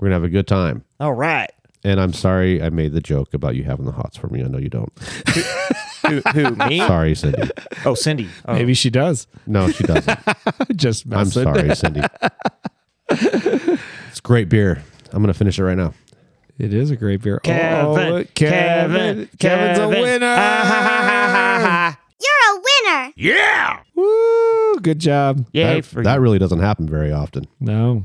[SPEAKER 4] We're gonna have a good time.
[SPEAKER 6] All right.
[SPEAKER 4] And I'm sorry I made the joke about you having the hots for me. I know you don't.
[SPEAKER 6] Who, who
[SPEAKER 4] [LAUGHS]
[SPEAKER 6] me?
[SPEAKER 4] Sorry, Cindy.
[SPEAKER 6] Oh, Cindy. Oh.
[SPEAKER 5] Maybe she does.
[SPEAKER 4] No, she doesn't.
[SPEAKER 5] Just
[SPEAKER 4] I'm
[SPEAKER 5] messing.
[SPEAKER 4] sorry, Cindy. It's great beer. I'm gonna finish it right now.
[SPEAKER 5] It is a great beer.
[SPEAKER 6] Kevin,
[SPEAKER 5] oh,
[SPEAKER 6] Kevin,
[SPEAKER 5] Kevin's a
[SPEAKER 6] Kevin. [LAUGHS] Ah.
[SPEAKER 5] winner.
[SPEAKER 10] You're a winner.
[SPEAKER 5] Woo! Good job.
[SPEAKER 6] Yay
[SPEAKER 4] That,
[SPEAKER 6] for
[SPEAKER 4] that
[SPEAKER 6] you.
[SPEAKER 4] really doesn't happen very often.
[SPEAKER 5] No,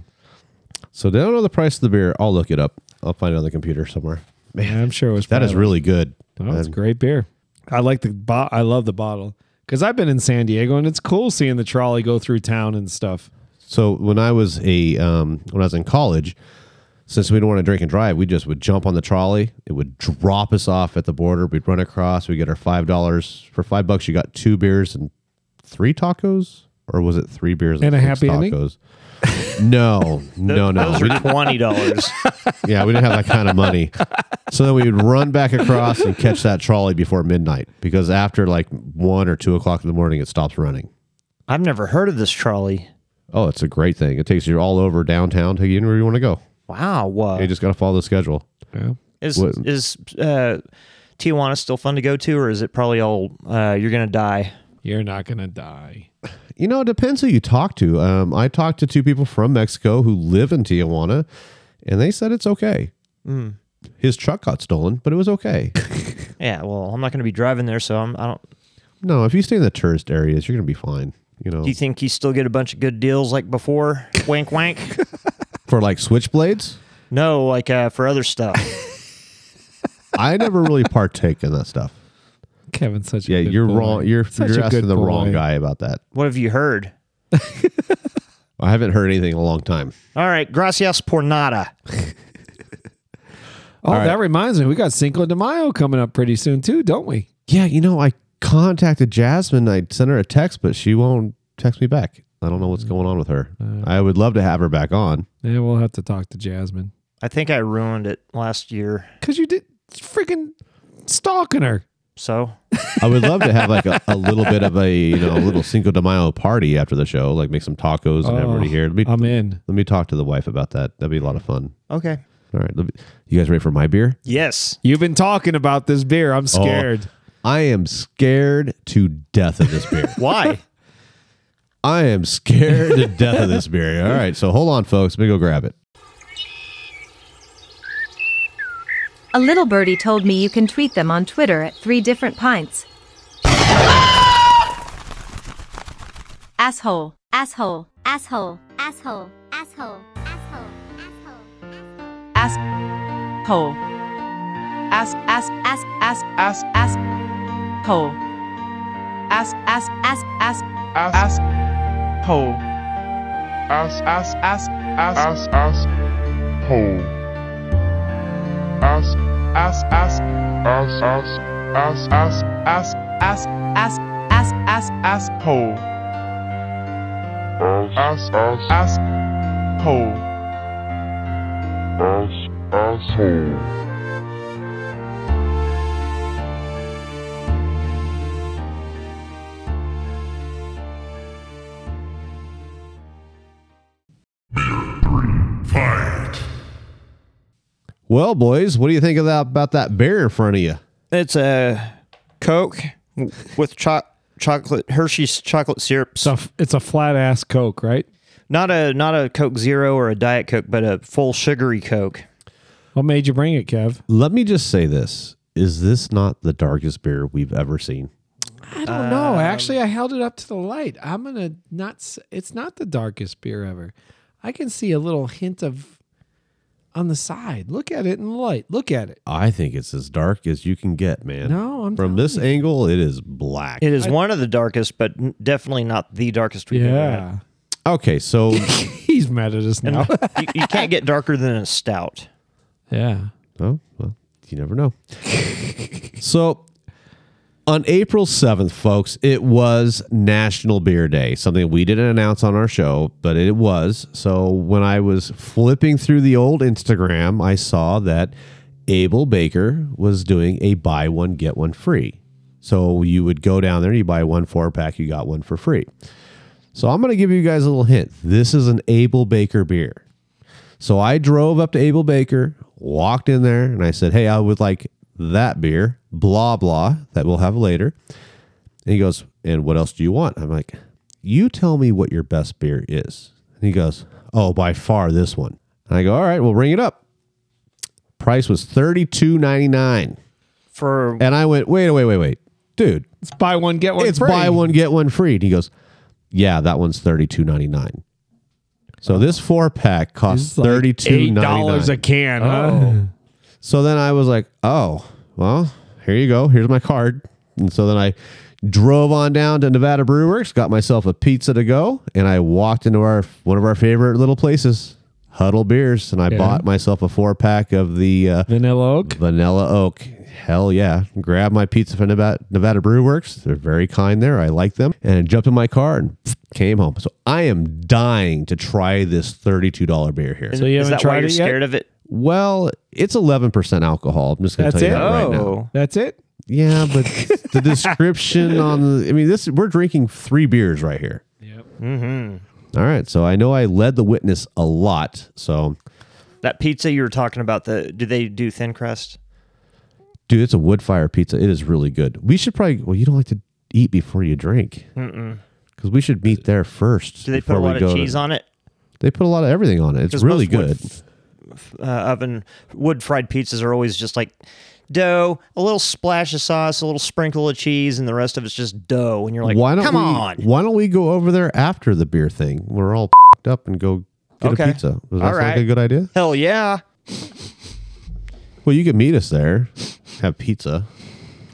[SPEAKER 4] So they don't know the price of the beer. I'll look it up. I'll find it on the computer somewhere. Man,
[SPEAKER 5] I'm sure it was.
[SPEAKER 4] that is
[SPEAKER 5] probably-
[SPEAKER 4] really good.
[SPEAKER 5] Oh, it's
[SPEAKER 4] And
[SPEAKER 5] great beer. I like the bo- I love the bottle because I've been in San Diego and it's cool seeing the trolley go through town and stuff.
[SPEAKER 4] So when I was a um, when I was in college, since we don't want to drink and drive, we just would jump on the trolley. It would drop us off at the border. We'd run across. We get our five dollars for five bucks. You got two beers and three tacos, or was it three beers
[SPEAKER 5] And a
[SPEAKER 4] six
[SPEAKER 5] happy ending?
[SPEAKER 4] tacos?
[SPEAKER 6] [LAUGHS]
[SPEAKER 4] No, no, no.
[SPEAKER 6] Those
[SPEAKER 4] We [LAUGHS]
[SPEAKER 6] are twenty dollars.
[SPEAKER 4] Yeah, we didn't have that kind of money. So then we would run back across and catch that trolley before midnight because after like one or two o'clock in the morning, it stops running.
[SPEAKER 6] I've never heard of this trolley.
[SPEAKER 4] Oh, it's a great thing. It takes you all over downtown to get where you want to go.
[SPEAKER 6] Wow. What
[SPEAKER 4] You just got to follow the schedule.
[SPEAKER 5] Yeah.
[SPEAKER 6] is
[SPEAKER 4] what-
[SPEAKER 6] is uh, Tijuana still fun to go to, or is it probably all uh, you're gonna die?
[SPEAKER 5] You're not gonna die.
[SPEAKER 4] You know, it depends who you talk to. Um, I talked to two people from Mexico who live in Tijuana, and they said it's okay. His truck got stolen, but it was okay.
[SPEAKER 6] Yeah. Well, I'm not gonna be driving there, so I'm. I don't.
[SPEAKER 4] no, if you stay in the tourist areas, you're going to be fine. You know,
[SPEAKER 6] Do you think you still get a bunch of good deals like before? wink, wink.
[SPEAKER 4] for like switchblades,
[SPEAKER 6] No, like uh, for other stuff.
[SPEAKER 4] I never really partake in that stuff.
[SPEAKER 5] Kevin's such a
[SPEAKER 4] Yeah,
[SPEAKER 5] good
[SPEAKER 4] you're
[SPEAKER 5] boy.
[SPEAKER 4] wrong. You're
[SPEAKER 5] Such
[SPEAKER 4] you're
[SPEAKER 5] a good
[SPEAKER 4] asking the wrong
[SPEAKER 5] boy.
[SPEAKER 4] guy about that.
[SPEAKER 6] What have you heard?
[SPEAKER 4] I haven't heard anything in a long time.
[SPEAKER 6] All right, gracias por nada.
[SPEAKER 5] Oh,
[SPEAKER 4] right.
[SPEAKER 5] that reminds me, we got Cinco de Mayo coming up pretty soon too, don't we?
[SPEAKER 4] Yeah, you know, I contacted Jasmine. I sent her a text, but she won't text me back. I don't know
[SPEAKER 5] Mm.
[SPEAKER 4] what's going on with her.
[SPEAKER 5] Uh.
[SPEAKER 4] I would love to have her back on.
[SPEAKER 5] Yeah, we'll have to talk to Jasmine
[SPEAKER 6] I think I ruined it last year.
[SPEAKER 5] because you did freaking stalking her.
[SPEAKER 6] So
[SPEAKER 4] I would love to have like a, a little bit of a you know a little Cinco de Mayo party after the show. Like make some tacos and have everybody
[SPEAKER 5] Oh,
[SPEAKER 4] here. Let me
[SPEAKER 5] I'm in.
[SPEAKER 4] let me talk to the wife about that. That'd be a lot of fun.
[SPEAKER 6] okay.
[SPEAKER 4] All right, let me- you guys ready for my beer?
[SPEAKER 6] Yes.
[SPEAKER 5] You've been talking about this beer. I'm scared.
[SPEAKER 4] I am scared to death of this
[SPEAKER 5] [LAUGHS]
[SPEAKER 4] beer.
[SPEAKER 6] Why?
[SPEAKER 4] I am scared to death of this beer. All right, so hold on, folks. Let me go grab it.
[SPEAKER 7] A little birdie told me you can tweet them on Twitter at three different pints. Asshole. Asshole.
[SPEAKER 10] Asshole, asshole, asshole, asshole, asshole, asshole.
[SPEAKER 3] Hole. Ask, ask, ask, ask, ask, ask. Hole. Ask, ask, ask, ask.
[SPEAKER 11] ask, hole, ask, ask, ask, ask, ask, ask, hole, ask, ask, ask, ask, ask, ask, ask, ask, ask,
[SPEAKER 3] Ask, ask, ask.
[SPEAKER 11] ask, hole, ask, ask, ask, hole, ask, ask, hole.
[SPEAKER 8] Fight.
[SPEAKER 4] Well, boys, what do you think of that, about that beer in front of you?
[SPEAKER 6] It's a Coke w- uh, with cho- chocolate Hershey's chocolate syrup.
[SPEAKER 5] So f- it's a flat ass Coke, right?
[SPEAKER 6] Not a not a Coke Zero or a Diet Coke, but a full sugary Coke.
[SPEAKER 5] What made you bring it, Kev?
[SPEAKER 4] Let me just say this. Is this not the darkest beer we've ever seen?
[SPEAKER 5] I don't know. Actually, I held it up to the light. I'm gonna not. s- It's not the darkest beer ever. I can see a little hint of on the side. Look at it in the light. Look at it.
[SPEAKER 4] I think it's as dark as you can get, man.
[SPEAKER 5] No, I'm
[SPEAKER 4] From
[SPEAKER 5] telling
[SPEAKER 4] this
[SPEAKER 5] you.
[SPEAKER 4] angle, it is black.
[SPEAKER 6] It is one of the darkest, but n- definitely not the darkest we've ever had.
[SPEAKER 4] Okay, so
[SPEAKER 5] [LAUGHS] he's mad at us now.
[SPEAKER 6] you, you can't get darker than a stout.
[SPEAKER 5] yeah,
[SPEAKER 4] Oh, well, you never know. so on April 7th, folks, it was National Beer Day, something we didn't announce on our show, but it was. So when I was flipping through the old Instagram, I saw that Abel Baker was doing a buy one, get one free. So you would go down there, you buy one four pack, you got one for free. So I'm going to give you guys a little hint. This is an Abel Baker beer. So I drove up to Abel Baker, walked in there, and I said, Hey, I would like that beer, blah, blah, that we'll have later. And he goes, And what else do you want? I'm like, You tell me what your best beer is. And he goes, Oh, by far this one. And I go, All right, well, bring it up. Price was $32.99.
[SPEAKER 6] For
[SPEAKER 4] And I went, Wait, wait, wait, wait. Dude,
[SPEAKER 5] it's buy one get one.
[SPEAKER 4] it's
[SPEAKER 5] free.
[SPEAKER 4] buy one get one free. And he goes, yeah, that one's thirty two ninety nine. So this four pack costs
[SPEAKER 5] It's like
[SPEAKER 4] thirty two
[SPEAKER 5] eight
[SPEAKER 4] ninety
[SPEAKER 5] dollars a
[SPEAKER 4] nine.
[SPEAKER 5] can. Huh?
[SPEAKER 4] So then I was like, oh, well, here you go. Here's my card. And so then I drove on down to Nevada Brew Works, got myself a pizza to go, and I walked into our one of our favorite little places, Huddle Beers, and I
[SPEAKER 5] Yeah.
[SPEAKER 4] bought myself a four pack of the uh,
[SPEAKER 5] [LAUGHS] Vanilla oak.
[SPEAKER 4] Vanilla Oak. Hell yeah. Grab my pizza from Nevada, Nevada Brew Works. They're very kind there. I like them. And jumped in my car and came home. So I am dying to try this $32 beer here.
[SPEAKER 5] So you
[SPEAKER 6] is
[SPEAKER 5] haven't
[SPEAKER 6] that
[SPEAKER 5] tried
[SPEAKER 6] why you're
[SPEAKER 5] it yet?
[SPEAKER 6] scared of it?
[SPEAKER 4] Well, it's 11% alcohol. I'm just going to tell
[SPEAKER 5] That's
[SPEAKER 4] you
[SPEAKER 5] it?
[SPEAKER 4] that right now.
[SPEAKER 6] Oh.
[SPEAKER 5] That's it.
[SPEAKER 4] Yeah, but
[SPEAKER 6] [LAUGHS]
[SPEAKER 4] the description on the, I mean, this, we're drinking three beers right here. Yep. Mm-hmm. right. So I know I led the witness a lot. So,
[SPEAKER 6] That pizza you were talking about, the do they do thin crust?
[SPEAKER 4] dude, it's a wood fire pizza. It is really good. We should probably, well, you don't like to eat before you drink. Because we should meet there first.
[SPEAKER 6] Do they put a lot of cheese on it?
[SPEAKER 4] They put a lot of everything on it. It's
[SPEAKER 6] 'Cause
[SPEAKER 4] really
[SPEAKER 6] most wood
[SPEAKER 4] good.
[SPEAKER 6] Uh, oven wood fried pizzas are always just like dough, a little splash of sauce, a little sprinkle of cheese, and the rest of it's just dough. And you're like,
[SPEAKER 4] why don't
[SPEAKER 6] come
[SPEAKER 4] we,
[SPEAKER 6] on.
[SPEAKER 4] Why don't we go over there after the beer thing? We're all fed up and go get a
[SPEAKER 6] Okay.
[SPEAKER 4] pizza. Does that
[SPEAKER 6] All
[SPEAKER 4] sound like
[SPEAKER 6] right.
[SPEAKER 4] a good idea?
[SPEAKER 6] Hell yeah.
[SPEAKER 4] Well, you could meet us there, have pizza.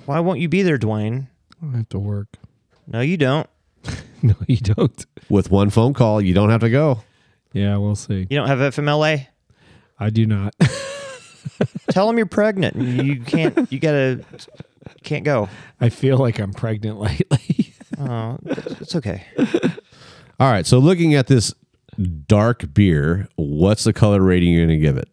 [SPEAKER 6] Why won't you be there, Dwayne?
[SPEAKER 5] I don't have to work. [LAUGHS]
[SPEAKER 6] No, you don't.
[SPEAKER 5] No, you don't.
[SPEAKER 4] With one phone call, you don't have to go.
[SPEAKER 5] Yeah, we'll see.
[SPEAKER 6] You don't have FMLA?
[SPEAKER 5] I do not. [LAUGHS]
[SPEAKER 6] Tell them you're pregnant. You can't, you gotta, can't go.
[SPEAKER 5] I feel like I'm pregnant [LAUGHS] lately.
[SPEAKER 6] Oh, it's okay.
[SPEAKER 4] All right. So, looking at this dark beer, what's the color rating you're going to give it?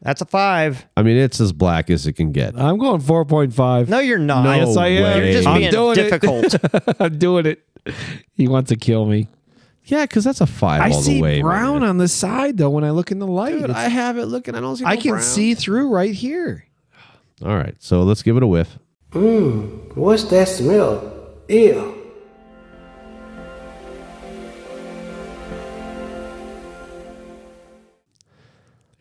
[SPEAKER 6] That's a five.
[SPEAKER 4] I mean, it's as black as it can get.
[SPEAKER 6] Uh,
[SPEAKER 5] I'm going 4.5.
[SPEAKER 6] No, you're not.
[SPEAKER 4] No
[SPEAKER 5] yes, I am.
[SPEAKER 4] way.
[SPEAKER 6] You're just
[SPEAKER 5] I'm
[SPEAKER 6] being
[SPEAKER 5] doing it.
[SPEAKER 6] difficult.
[SPEAKER 5] I'm doing it. He wants to kill me.
[SPEAKER 4] Yeah, because that's a five
[SPEAKER 5] I
[SPEAKER 4] all
[SPEAKER 5] see
[SPEAKER 4] the way.
[SPEAKER 5] brown on the side though when I look in the light. It's- I,
[SPEAKER 4] have it looking. I don't see.
[SPEAKER 5] can see through right here.
[SPEAKER 4] All right, so let's give it a whiff.
[SPEAKER 9] Mmm, what's that smell? Ew.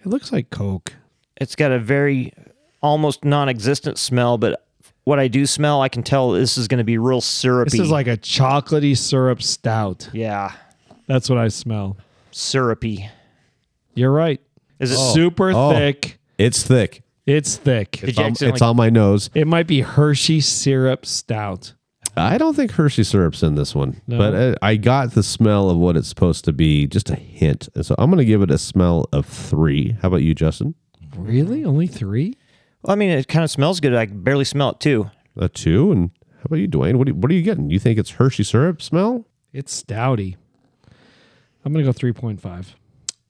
[SPEAKER 5] It looks like Coke.
[SPEAKER 6] [LAUGHS] it's got a very almost non-existent smell, but what I do smell, I can tell this is going to be real syrupy.
[SPEAKER 5] This is like a chocolatey syrup stout.
[SPEAKER 6] yeah,
[SPEAKER 5] That's what I smell.
[SPEAKER 6] syrupy.
[SPEAKER 5] You're right.
[SPEAKER 6] Is it soup?
[SPEAKER 5] Super
[SPEAKER 4] Oh.
[SPEAKER 5] thick.
[SPEAKER 4] It's thick.
[SPEAKER 5] It's thick.
[SPEAKER 6] Did
[SPEAKER 4] It's
[SPEAKER 6] you
[SPEAKER 4] on,
[SPEAKER 6] accidentally-
[SPEAKER 4] it's on my nose.
[SPEAKER 5] It might be Hershey syrup stout.
[SPEAKER 4] I don't think Hershey syrup's in this one,
[SPEAKER 5] No.
[SPEAKER 4] but uh, I got the smell of what it's supposed to be, just a hint. And so I'm going to give it a smell of three. How about you, Justin?
[SPEAKER 5] Really? Only three?
[SPEAKER 6] Well, I mean, it kind of smells good. I can barely smell it too.
[SPEAKER 4] A two. And how about you, Dwayne? What, do you, what are you getting? You think it's Hershey syrup smell?
[SPEAKER 5] It's stouty. I'm gonna go three point five.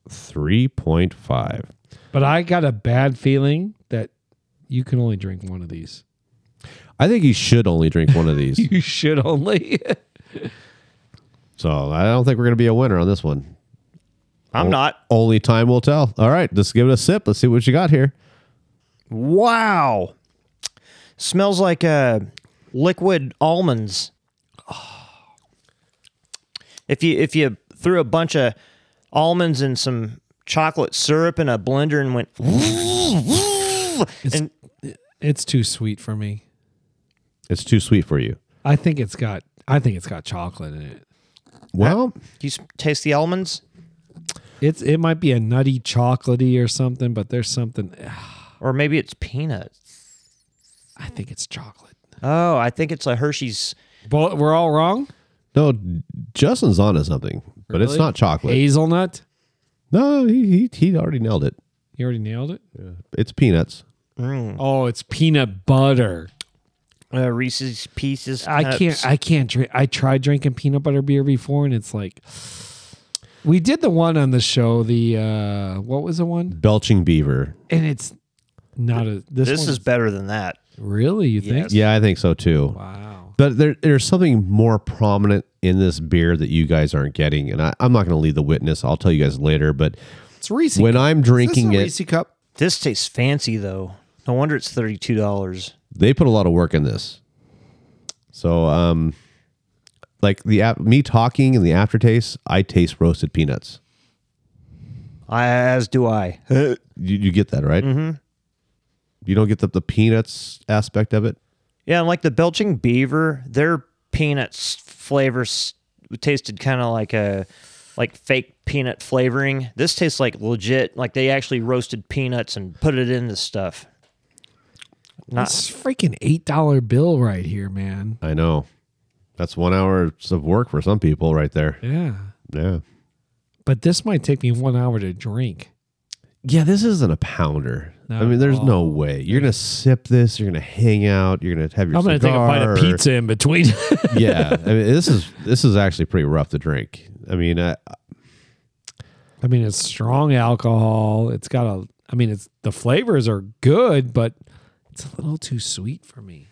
[SPEAKER 4] 3.5.
[SPEAKER 5] But I got a bad feeling that you can only drink one of these.
[SPEAKER 4] I think you should only drink one of these.
[SPEAKER 5] [LAUGHS] You should only. [LAUGHS]
[SPEAKER 4] so I don't think we're going to be a winner on this one.
[SPEAKER 5] Oh.
[SPEAKER 6] I'm not.
[SPEAKER 4] Only time will tell. All right, let's give it a sip. Let's see what you got here.
[SPEAKER 6] Wow, smells like uh, liquid almonds. [SIGHS] If you if you threw a bunch of almonds and some chocolate syrup in a blender and went and
[SPEAKER 5] It's too sweet for me.
[SPEAKER 4] It's too sweet for you.
[SPEAKER 5] I think it's got I think it's got chocolate in it.
[SPEAKER 4] Well,
[SPEAKER 6] you s- taste the almonds
[SPEAKER 5] It's it might be a nutty chocolatey or something, but there's something
[SPEAKER 6] or maybe it's peanuts.
[SPEAKER 5] I think it's chocolate.
[SPEAKER 6] Oh, I think it's a Hershey's.
[SPEAKER 5] But we're all wrong?
[SPEAKER 4] no, Justin's onto something, but it's
[SPEAKER 5] Really?
[SPEAKER 4] not chocolate.
[SPEAKER 5] Hazelnut?
[SPEAKER 4] No, he, he he already nailed it.
[SPEAKER 5] You already nailed it?
[SPEAKER 4] It's peanuts.
[SPEAKER 5] Oh, it's peanut butter.
[SPEAKER 6] Uh, Reese's Pieces.
[SPEAKER 5] I can't. I can't drink. I tried drinking peanut butter beer before, and it's like we did the one on the show. The uh what was the one?
[SPEAKER 4] Belching beaver.
[SPEAKER 5] And it's not a. This,
[SPEAKER 6] This
[SPEAKER 5] one
[SPEAKER 6] is better than that.
[SPEAKER 5] really you think?
[SPEAKER 4] Yeah, I think so too.
[SPEAKER 5] Wow.
[SPEAKER 4] But there, there's something more prominent in this beer that you guys aren't getting, and I, I'm not going to lead the witness. I'll tell you guys later. But
[SPEAKER 5] It's Reese.
[SPEAKER 4] when I'm drinking it,
[SPEAKER 5] Reese cup.
[SPEAKER 6] This tastes fancy though. No wonder it's thirty two dollars.
[SPEAKER 4] they put a lot of work in this. So, um, like the ap- me talking and the aftertaste, I taste roasted peanuts.
[SPEAKER 6] As do I.
[SPEAKER 4] You, you get that right? Mm-hmm. You don't get the, the peanuts aspect of it.
[SPEAKER 6] Yeah, and like the Belching Beaver, their peanuts flavor s- tasted kind of like a like fake peanut flavoring. This tastes like legit, like they actually roasted peanuts and put it in the stuff. Not
[SPEAKER 5] It's freaking eight dollar bill right here, man.
[SPEAKER 4] I know. That's one hour of work for some people, right there.
[SPEAKER 5] Yeah,
[SPEAKER 4] Yeah.
[SPEAKER 5] but this might take me one hour to drink.
[SPEAKER 4] Yeah, this isn't a pounder.
[SPEAKER 5] Not
[SPEAKER 4] I mean,
[SPEAKER 5] at
[SPEAKER 4] there's no
[SPEAKER 5] all.
[SPEAKER 4] way you're gonna sip this. You're gonna hang out. You're gonna have your.
[SPEAKER 5] I'm gonna take a bite
[SPEAKER 4] cigar or-
[SPEAKER 5] of pizza in between.
[SPEAKER 4] [LAUGHS]
[SPEAKER 5] [LAUGHS]
[SPEAKER 4] yeah, I mean, this is this is actually pretty rough to drink. I mean, uh, I,
[SPEAKER 5] I mean, it's strong alcohol. It's got a. I mean, it's the flavors are good, but it's a little too sweet for me.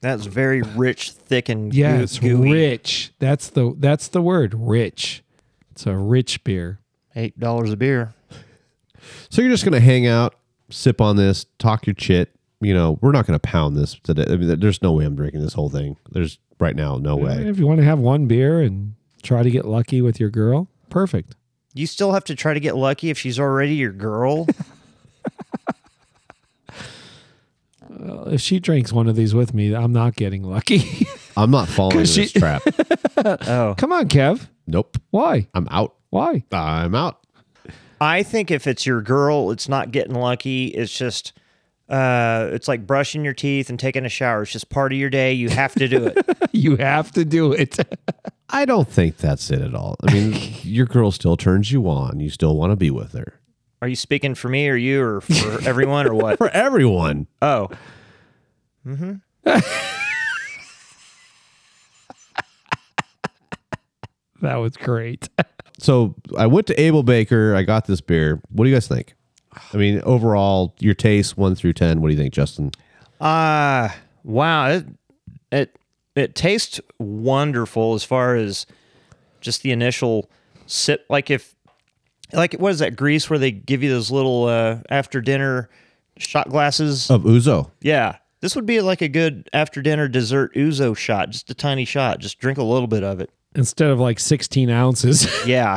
[SPEAKER 6] that's very rich, thick, and
[SPEAKER 5] Yeah,
[SPEAKER 6] goo-
[SPEAKER 5] it's
[SPEAKER 6] gooey.
[SPEAKER 5] rich. That's the that's the word, rich. It's a rich beer.
[SPEAKER 6] Eight dollars a beer.
[SPEAKER 4] so you're just gonna hang out, sip on this, talk your chit. You know, we're not gonna pound this today. I mean, there- there's no way I'm drinking this whole thing. There's right now, no way.
[SPEAKER 5] If you want to have one beer and try to get lucky with your girl, perfect.
[SPEAKER 6] You still have to try to get lucky if she's already
[SPEAKER 5] [LAUGHS]
[SPEAKER 6] your girl.
[SPEAKER 5] If she drinks one of these with me, I'm not getting lucky. [LAUGHS]
[SPEAKER 4] I'm not falling into
[SPEAKER 5] 'Cause
[SPEAKER 4] this
[SPEAKER 5] she-
[SPEAKER 4] trap.
[SPEAKER 6] oh,
[SPEAKER 5] Come on, Kev.
[SPEAKER 4] Nope,
[SPEAKER 5] Why?
[SPEAKER 4] I'm out.
[SPEAKER 5] Why?
[SPEAKER 4] I'm out.
[SPEAKER 6] I think if it's your girl, it's not getting lucky. It's just, uh, it's like brushing your teeth and taking a shower. It's just part of your day. You have
[SPEAKER 5] [LAUGHS]
[SPEAKER 6] to do it.
[SPEAKER 5] You have to do it.
[SPEAKER 4] I don't think that's it at all. I
[SPEAKER 5] [LAUGHS]
[SPEAKER 4] mean, your girl still turns you on. You still want to be with her.
[SPEAKER 6] Are you speaking for me or you or [LAUGHS] for everyone or what?
[SPEAKER 4] For everyone,
[SPEAKER 6] Oh,
[SPEAKER 5] that was great. [LAUGHS]
[SPEAKER 4] so I went to Abel Baker. I got this beer. What do you guys think? I mean, overall, your taste one through ten. What do you think, Justin?
[SPEAKER 6] uh, wow. It, it, it tastes wonderful as far as just the initial sip. Like if, like what is that Greece where they give you those little uh, after dinner shot glasses?
[SPEAKER 4] Of Uzo,
[SPEAKER 6] Yeah. This would be like a good after dinner dessert ouzo shot, just a tiny shot. Just drink a little bit of it.
[SPEAKER 5] Instead of like 16 ounces, [LAUGHS]
[SPEAKER 6] Yeah.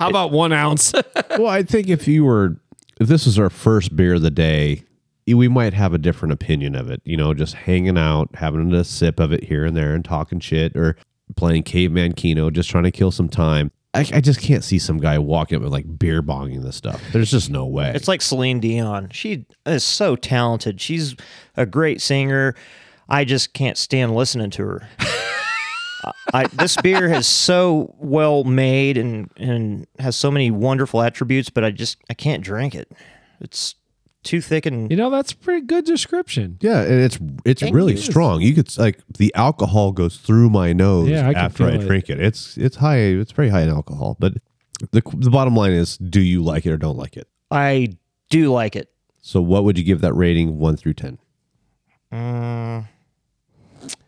[SPEAKER 5] how about one ounce? [LAUGHS]
[SPEAKER 4] well, I think if you were, if this was our first beer of the day, we might have a different opinion of it. You know, just hanging out, having a sip of it here and there, and talking shit, or playing caveman keno, just trying to kill some time. I, I just can't see some guy walking up with like beer bonging this stuff. There's just no way.
[SPEAKER 6] it's like Celine Dion. She is so talented. She's a great singer. I just can't stand listening to her. I, this beer is so well made and, and has so many wonderful attributes, but I just I can't drink it. It's too thick and
[SPEAKER 5] You know, that's a pretty good description.
[SPEAKER 4] Yeah, and it's it's really strong. You could like the alcohol goes through my nose
[SPEAKER 5] Yeah, I can
[SPEAKER 4] after I
[SPEAKER 5] feel it.
[SPEAKER 4] drink it. It's it's high. It's very high in alcohol. But the the bottom line is, do you like it or don't like it?
[SPEAKER 6] I do like it.
[SPEAKER 4] So what would you give that rating one through ten?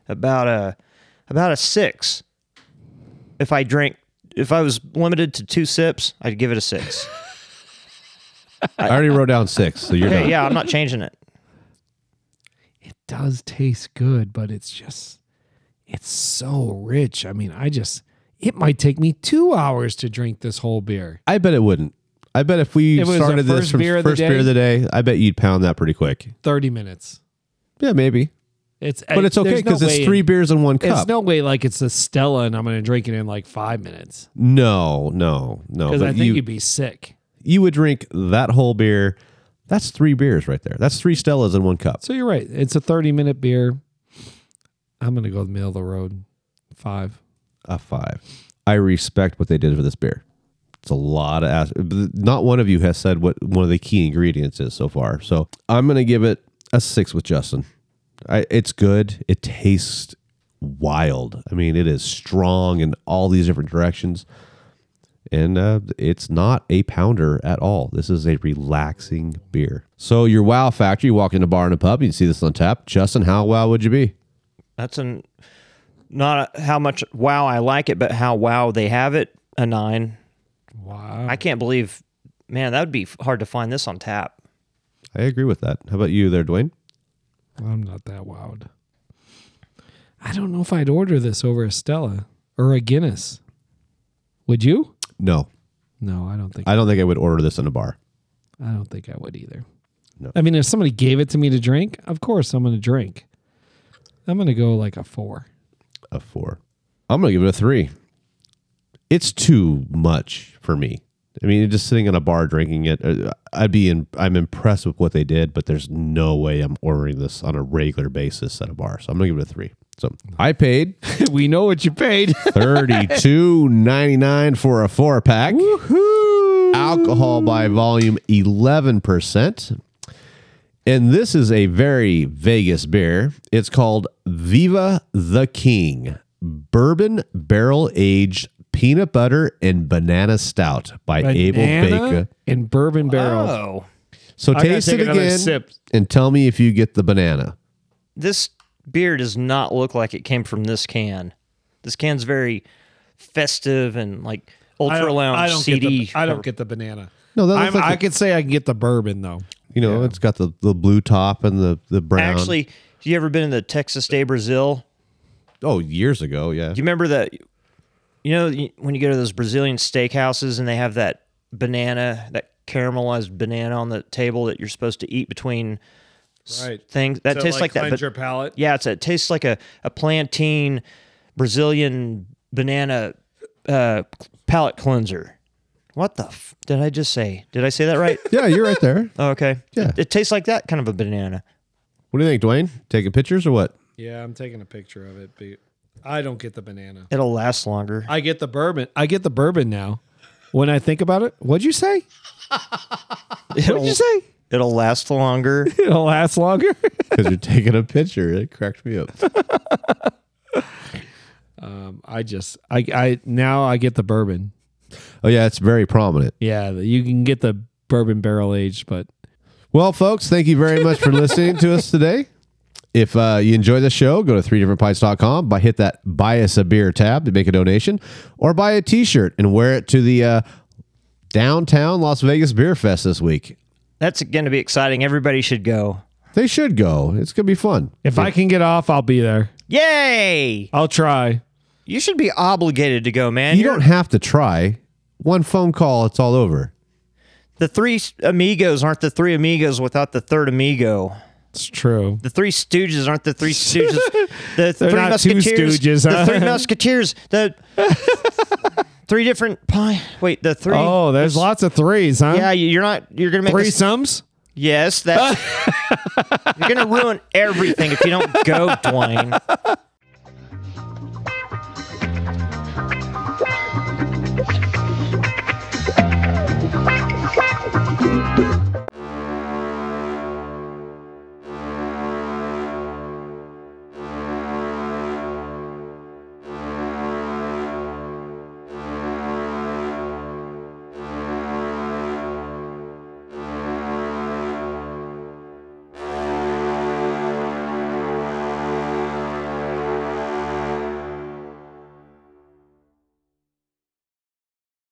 [SPEAKER 6] about a about a six. If I drank, if I was limited to two sips, I'd give it a six.
[SPEAKER 4] I, already wrote down six, so you're
[SPEAKER 6] okay,
[SPEAKER 4] done.
[SPEAKER 6] yeah, I'm not changing it.
[SPEAKER 5] It does taste good, but it's just It's so rich. I mean, I just it might take me two hours to drink this whole beer.
[SPEAKER 4] I bet it wouldn't. I bet if we
[SPEAKER 5] If it was the
[SPEAKER 4] started this
[SPEAKER 5] first
[SPEAKER 4] from
[SPEAKER 5] beer of the
[SPEAKER 4] first beer of
[SPEAKER 5] day-
[SPEAKER 4] the day, I bet you'd pound that pretty quick.
[SPEAKER 5] Thirty minutes.
[SPEAKER 4] Yeah, maybe.
[SPEAKER 5] It's
[SPEAKER 4] But it's okay
[SPEAKER 5] there's no
[SPEAKER 4] because it's
[SPEAKER 5] way-
[SPEAKER 4] three beers in one cup.
[SPEAKER 5] It's no way like it's a Stella and I'm going to drink it in like five minutes
[SPEAKER 4] no, no, no.
[SPEAKER 5] because
[SPEAKER 4] But
[SPEAKER 5] I think
[SPEAKER 4] you,
[SPEAKER 5] you'd be sick.
[SPEAKER 4] you would drink that whole beer. That's three beers right there. That's three Stellas in one cup.
[SPEAKER 5] So you're right. It's a 30 minute beer. I'm going to go the middle of the road. Five.
[SPEAKER 4] A five. I respect what they did for this beer. It's a lot of ass. Not one of you has said what one of the key ingredients is so far. So I'm gonna give it a six with Justin. I, it's good. It tastes wild. I mean, it is strong in all these different directions, and uh, it's not a pounder at all. This is a relaxing beer. So your wow factor. You walk in a bar and a pub, you see this on tap. Justin, how wow would you be?
[SPEAKER 6] That's an not how much wow I like it, but how wow they have it. A nine.
[SPEAKER 5] Wow.
[SPEAKER 6] I can't believe, man, that would be f- hard to find this on tap.
[SPEAKER 4] I agree with that. How about you there, Dwayne?
[SPEAKER 5] I'm not that wowed. I don't know if I'd order this over a Stella or a Guinness. Would you?
[SPEAKER 4] No,
[SPEAKER 5] No, I don't think I,
[SPEAKER 4] I don't think I would order this in a bar.
[SPEAKER 5] don't think I would either.
[SPEAKER 4] No.
[SPEAKER 5] I mean, if somebody gave it to me to drink, of course I'm going to drink. I'm going to go like a 4.
[SPEAKER 4] a four. I'm gonna give it a three. It's too much for me. I mean, just sitting in a bar drinking it, uh, I'd be in. I'm impressed with what they did, but there's no way I'm ordering this on a regular basis at a bar. So I'm gonna give it a three. So I paid
[SPEAKER 5] [LAUGHS] we know what you paid.
[SPEAKER 4] thirty two ninety nine for a four pack. Alcohol by volume eleven percent. And this is a very Vegas beer. It's called Viva the King Bourbon Barrel Aged Peanut Butter and Banana Stout by Abel Baker.
[SPEAKER 5] Banana and bourbon barrel.
[SPEAKER 6] Oh,
[SPEAKER 4] So
[SPEAKER 5] gotta
[SPEAKER 4] taste
[SPEAKER 5] take
[SPEAKER 4] it
[SPEAKER 5] another
[SPEAKER 4] again
[SPEAKER 5] sip.
[SPEAKER 4] and tell me if you get the banana.
[SPEAKER 6] this beer does not look like it came from this can. This can's very festive and like
[SPEAKER 5] I
[SPEAKER 6] ultra
[SPEAKER 5] don't-
[SPEAKER 6] lounge
[SPEAKER 5] I don't
[SPEAKER 6] CD.
[SPEAKER 5] Get the, I don't get the banana.
[SPEAKER 4] No, that looks
[SPEAKER 5] I'm,
[SPEAKER 4] like
[SPEAKER 5] I
[SPEAKER 4] a-
[SPEAKER 5] could say I can get the bourbon though.
[SPEAKER 4] You know, it's got the, the blue top and the, the brown.
[SPEAKER 6] Actually, have you ever been in the Texas Day Brazil?
[SPEAKER 4] oh, years ago, yeah.
[SPEAKER 6] Do you remember that? You know, you- when you go to those Brazilian steakhouses and they have that banana, that caramelized banana on the table that you're supposed to eat between
[SPEAKER 5] Right.
[SPEAKER 6] things. That tastes like, that. ba-
[SPEAKER 5] palate.
[SPEAKER 6] yeah, it's a, it tastes like a, a plantain Brazilian banana uh, palate cleanser. What the f- did I just say? Did I say that right?
[SPEAKER 4] yeah, you're right there.
[SPEAKER 6] oh, okay.
[SPEAKER 4] Yeah.
[SPEAKER 6] It, it tastes like that kind of a banana.
[SPEAKER 4] What do you think, Dwayne? Taking pictures or what?
[SPEAKER 5] Yeah, I'm taking a picture of it, but I don't get the banana.
[SPEAKER 6] It'll last longer.
[SPEAKER 5] I get the bourbon. I get the bourbon now. When I think about it, what'd you say?
[SPEAKER 6] It'll,
[SPEAKER 5] What'd you say? [LAUGHS]
[SPEAKER 6] it'll last longer.
[SPEAKER 5] It'll
[SPEAKER 4] [LAUGHS]
[SPEAKER 5] last longer.
[SPEAKER 4] Because you're taking a picture. It cracked me up.
[SPEAKER 5] Um, I just, I, I now I get the bourbon.
[SPEAKER 4] Oh, yeah, it's very prominent.
[SPEAKER 5] Yeah, the- you can get the bourbon barrel aged, but
[SPEAKER 4] Well, folks, thank you very much for listening to us today. If uh, you enjoy the show, go to 3differentpies.com, buy, hit that buy us a beer tab to make a donation, or buy a t shirt and wear it to the uh, downtown Las Vegas Beer Fest this week.
[SPEAKER 6] That's going to be exciting. Everybody should go.
[SPEAKER 4] They should go. It's going to be fun.
[SPEAKER 5] if I can get off, I'll be there.
[SPEAKER 6] Yay!
[SPEAKER 5] I'll try.
[SPEAKER 6] You should be obligated to go, man.
[SPEAKER 4] you
[SPEAKER 6] You're-
[SPEAKER 4] don't have to try. One phone call, it's all over.
[SPEAKER 6] the three amigos aren't the three amigos without the third amigo.
[SPEAKER 5] It's true.
[SPEAKER 6] The three stooges aren't the
[SPEAKER 5] [LAUGHS]
[SPEAKER 6] three stooges. The three
[SPEAKER 5] not two
[SPEAKER 6] musketeers.
[SPEAKER 5] Stooges, huh?
[SPEAKER 6] The three musketeers. The
[SPEAKER 5] [LAUGHS]
[SPEAKER 6] three different pie. Wait, the three.
[SPEAKER 5] Oh, there's lots of threes, huh?
[SPEAKER 6] Yeah, you- you're not. You're gonna make
[SPEAKER 5] three
[SPEAKER 6] this-
[SPEAKER 5] sums. [LAUGHS]
[SPEAKER 6] Yes, that. you're gonna ruin everything if you don't go, Dwayne.